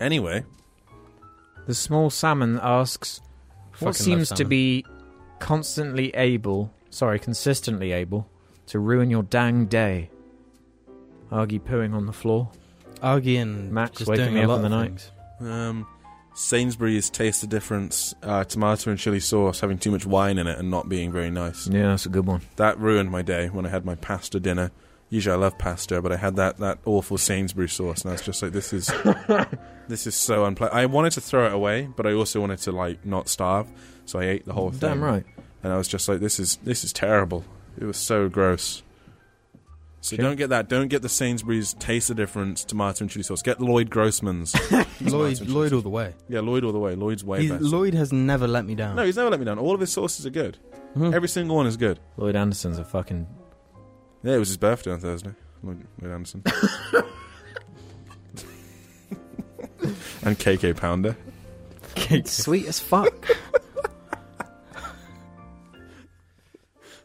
F: Anyway,
B: The small salmon asks,
C: Fucking
B: "What
C: love
B: seems to
C: salmon.
B: be constantly able, sorry, consistently able to ruin your dang day?" Argy pooing on the floor.
C: Argy and
B: Max
C: just
B: waking
C: doing
B: me
C: a
B: up
C: lot
B: in the
C: of
B: night.
C: things.
F: um, Sainsbury's taste the difference. Uh, tomato and chili sauce having too much wine in it and not being very nice.
B: Yeah, that's a good one.
F: That ruined my day when I had my pasta dinner. Usually I love pasta, but I had that, that awful Sainsbury sauce, and I was just
C: [LAUGHS]
F: like, this is this is so unpleasant. I wanted to throw it away, but I also wanted to like not starve, so I ate the whole thing.
B: Damn right.
F: And I was just like, this is this is terrible. It was so gross. So
B: Okay.
F: don't get that. Don't get the Sainsbury's taste the difference tomato and chili sauce. Get the
C: [LAUGHS]
F: Lloyd Grossman's.
C: Lloyd, Lloyd all the way.
F: yeah, Lloyd all the way. Lloyd's way
C: He's,
F: best.
C: Lloyd has never let me down.
F: no, he's never let me down. All of his sauces are good.
C: Mhm.
F: Every single one is good.
B: Lloyd Anderson's a fucking
F: Yeah, it was his birthday on Thursday. Lloyd Lloyd [LAUGHS] Anderson. and KK Pounder.
B: sweet as fuck. [LAUGHS]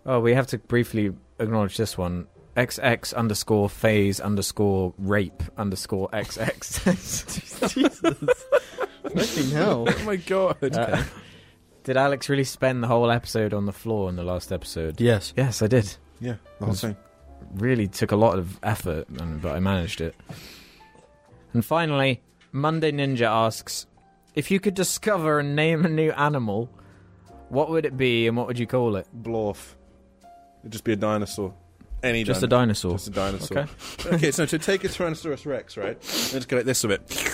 B: oh, we have to briefly acknowledge this one. XX underscore phase underscore rape underscore [LAUGHS] XX.
C: Fucking hell.
F: Oh my god.
B: Uh, did Alex really spend the whole episode on the floor in the last episode?
C: [LAUGHS] yes.
B: Yes, I did.
F: yeah, the whole
B: That's-
F: thing.
B: Really took a lot of effort, and- but I managed it. And finally, Monday Ninja asks if you could discover and name a new animal, what would it be and what would you call it?
F: Blorf. It'd just be a dinosaur. Any
B: Just a
F: dinosaur.
B: dinosaur.
F: Just a dinosaur. Okay. so to take a Tyrannosaurus Rex, right? And just go like this a bit.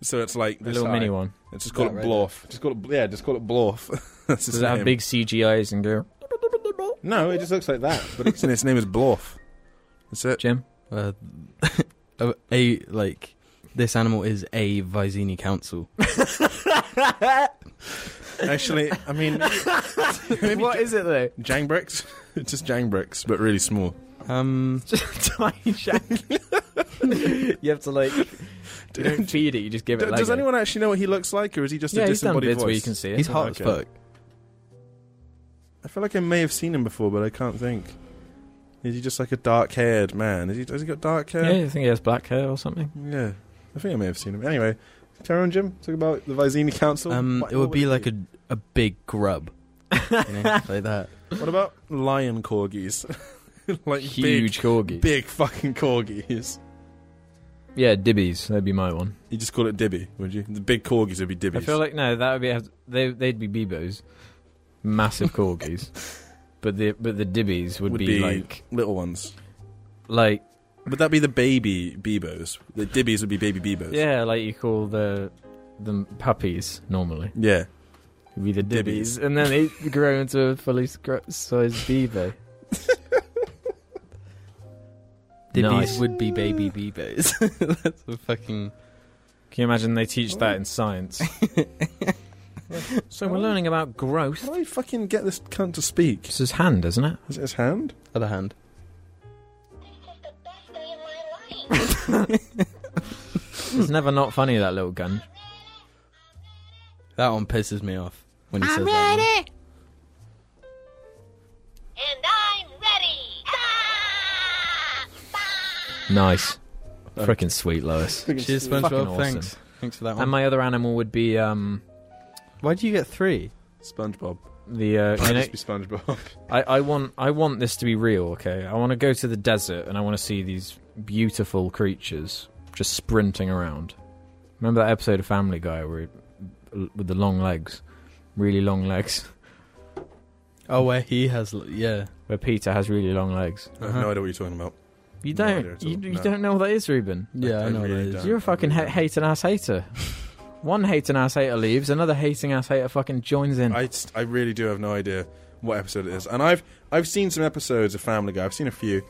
F: So it's like
B: A
F: this
B: little
F: high.
B: mini one.
F: Let's just call
C: That
F: it
C: right
F: Blorf. Just call it, yeah, just call it Blorf. [LAUGHS] That's his
B: Does it have
F: name.
B: big CGIs and go,
F: No, it just looks like that. But it's, and its name is Blorf. That's it.
B: Jim?
C: Uh, [LAUGHS] a, a- like this animal is a Visini council.
F: [LAUGHS] Actually,
B: [LAUGHS]
F: I mean, maybe
B: what is it
F: [LAUGHS]
B: though?
F: Jang bricks? It's just Jang bricks, but really small.
C: Um,
B: Tiny shank. [LAUGHS] you have to like, you don't feed it, you just give it
F: D-
B: like
F: does
B: a-
F: anyone actually know what he looks like, or is he just
B: yeah,
F: a
B: he's done
F: disembodied
B: bits where you
F: voice?
B: can see it.
C: he's hot as
F: Okay.
C: fuck.
F: I feel like I may have seen him before, but I can't think. Is he just like a dark-haired man? Is he? Has he got dark
B: yeah,
F: hair?
B: I think he has black hair or something. [LAUGHS]
F: Yeah. I think I may have seen him. Anyway, carry on, Jim. Talk about the Visini Council.
C: Um,
F: What-
C: it
F: what
C: would be like a a big grub, you
B: [LAUGHS]
C: know, like that.
F: What about lion corgis? [LAUGHS] like
B: Huge corgi.
F: big, big fucking corgis.
B: Yeah, dibbies. That'd be my one.
F: You just call it dibby, would you? The big corgis would be dibbies. [LAUGHS]
B: I feel like no, that would be they. They'd be Bebos, massive corgis. but the but the dibbies would,
F: Would
B: be,
F: be-
B: like
F: Little ones.
B: like
F: Would that be the baby Bebos? The Dibbies would be baby Bebos.
B: yeah, like you call the the puppies normally.
F: Yeah. [LAUGHS]
B: It'd be the
F: Dibbies.
B: dibbies, and then they [LAUGHS] grow into a fully scra- sized beaver. [LAUGHS]
C: Dibbies
B: Nice.
C: would be baby Bebos. [LAUGHS] That's a fucking.
B: Can you imagine they teach that in science? [LAUGHS] so we're learning about growth.
F: How do I fucking get this cunt to speak?
B: It's his hand, isn't it?
F: Is it his hand?
C: Other hand.
E: the best day of my life.
B: It's never not funny that little gun.
C: That one pisses me off when he
E: I'm
C: says that. one.
E: ready. And I'm ready. Ah! Ah!
B: [LAUGHS] Nice, freaking sweet, Lois.
C: Cheers,
B: Fucking
C: SpongeBob.
B: awesome.
C: Thanks. Thanks for that one.
B: And my other animal would be um
C: Why do you get three?
F: SpongeBob.
B: the uh, you know
F: Must be SpongeBob. [LAUGHS]
B: I, I want I want this to be real, okay? I want to go to the desert and I want to see these beautiful creatures just sprinting around. Remember that episode of Family Guy where he, with the long legs, really long legs, [LAUGHS]
C: Oh, where he has. l- Yeah.
B: where Peter has really long legs.
F: I have no idea what you're talking about.
B: You
F: Uh, No
B: don't
F: idea at all,
B: you, you
F: no.
B: don't know what that is, Ruben.
C: Yeah, I,
F: I
C: know what
F: really
C: that is.
F: don't.
B: You're a fucking
F: I
B: ha-
F: really don't.
B: hating ass hater.
F: [LAUGHS]
B: One hating ass hater leaves, another hating ass hater fucking joins in.
F: I, just- I really do have no idea what episode it is. And I've I've seen some episodes of Family Guy. I've seen a few.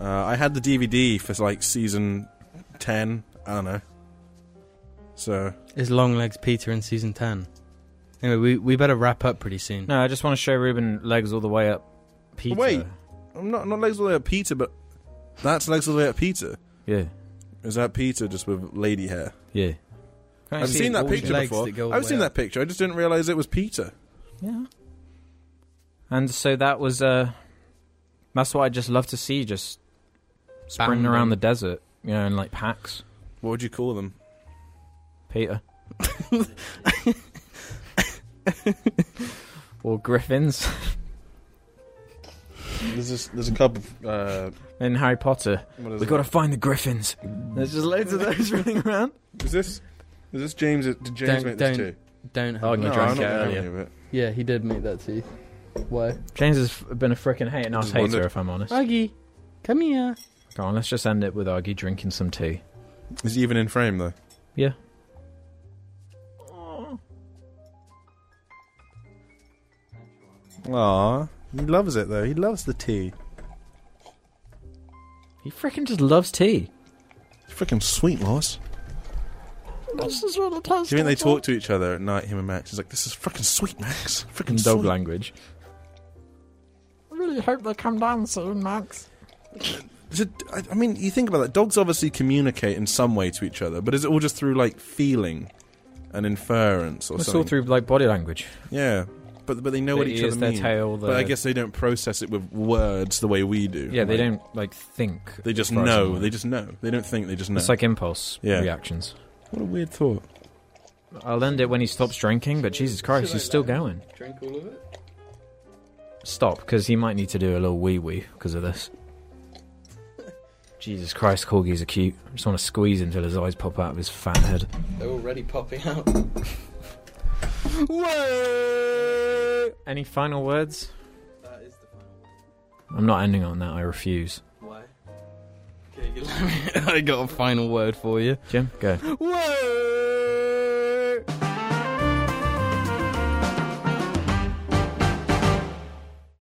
F: Uh, I had the DVD for like season ten. I don't know. So
C: Is long legs Peter in season ten? Anyway, we we better wrap up pretty soon.
B: no, I just want to show Ruben legs all the way up. Peter.
F: Wait. I'm not not legs all the way up Peter, but that's legs all the way up Peter.
B: Yeah.
F: Is that Peter just with lady hair?
B: Yeah. Can't you
F: I've
B: see it
F: seen that
B: all
F: picture
C: legs
F: before.
C: that go all
F: I've
C: the
F: seen
C: way
F: that
C: up.
F: picture. I just didn't realize it was Peter.
B: Yeah. And so that was uh that's what I just love to see, just sprinting
C: Bounding.
B: around the desert, you know, in like packs.
F: What would you call them?
B: Peter. [LAUGHS] or griffins
F: There's this, there's a couple. Of, uh,
B: in Harry Potter.
F: what is
B: We
F: it?
B: gotta find the griffins. There's just loads of those [LAUGHS] running around.
F: Is this? Is this James? uh, Did
C: Don't-
F: James make this
C: don't-
F: too?
C: Don't. Have
B: Oh, you
C: one.
F: no,
B: drank
F: I'm not
B: it
F: having
B: earlier.
F: any of it.
C: Yeah, he did make that too. Why?
B: James has f- been a freaking hating ass
F: Just
B: hater,
F: wondered.
B: if I'm honest.
C: Aggie, come [LAUGHS] here.
B: Go on, let's just end it with Argy drinking some tea.
F: Is he even in frame though?
B: Yeah.
F: Aw, he loves it though. He loves the tea.
B: He freaking just loves tea.
F: Freaking sweet, Lois.
E: This is what it tastes
F: Do you think they
E: like.
F: talk to each other at night? Him and Max. He's like, "This is freaking sweet, Max. Freaking
B: Freaking dog
F: sweet."
B: language.
A: really hope they come down soon, Max.
F: Is it, I, I mean, you think about that. Dogs obviously communicate in some way to each other, but is it all just through like feeling and inference or
B: It's
F: something?
B: all through like body language.
F: yeah, but but they know what
B: Their
F: each
B: ears,
F: other
B: their
F: mean.
B: tail,
F: But I
B: their-
F: guess they don't process it with words the way we do.
B: Yeah, they
F: Like,
B: don't like think.
F: They just
B: as far as I'm
F: know.
B: aware.
F: They just know. They don't think. They just know.
B: It's like impulse
F: Yeah.
B: reactions.
F: what a weird thought.
B: I'll end it when he stops drinking, but Jesus Christ, he's still going.
C: Drink all of it.
B: Stop, because he might need to do a little wee wee because of
C: [LAUGHS]
B: this. Jesus Christ, corgis are cute. I just want to squeeze him till his eyes pop out of his fat head.
C: They're already popping out.
B: Any final words?
C: That is the final.
B: I'm not ending on that. I refuse.
C: Why? [LAUGHS] Okay, you let me- I got a final word for you.
B: Jim, go.
C: Whoa!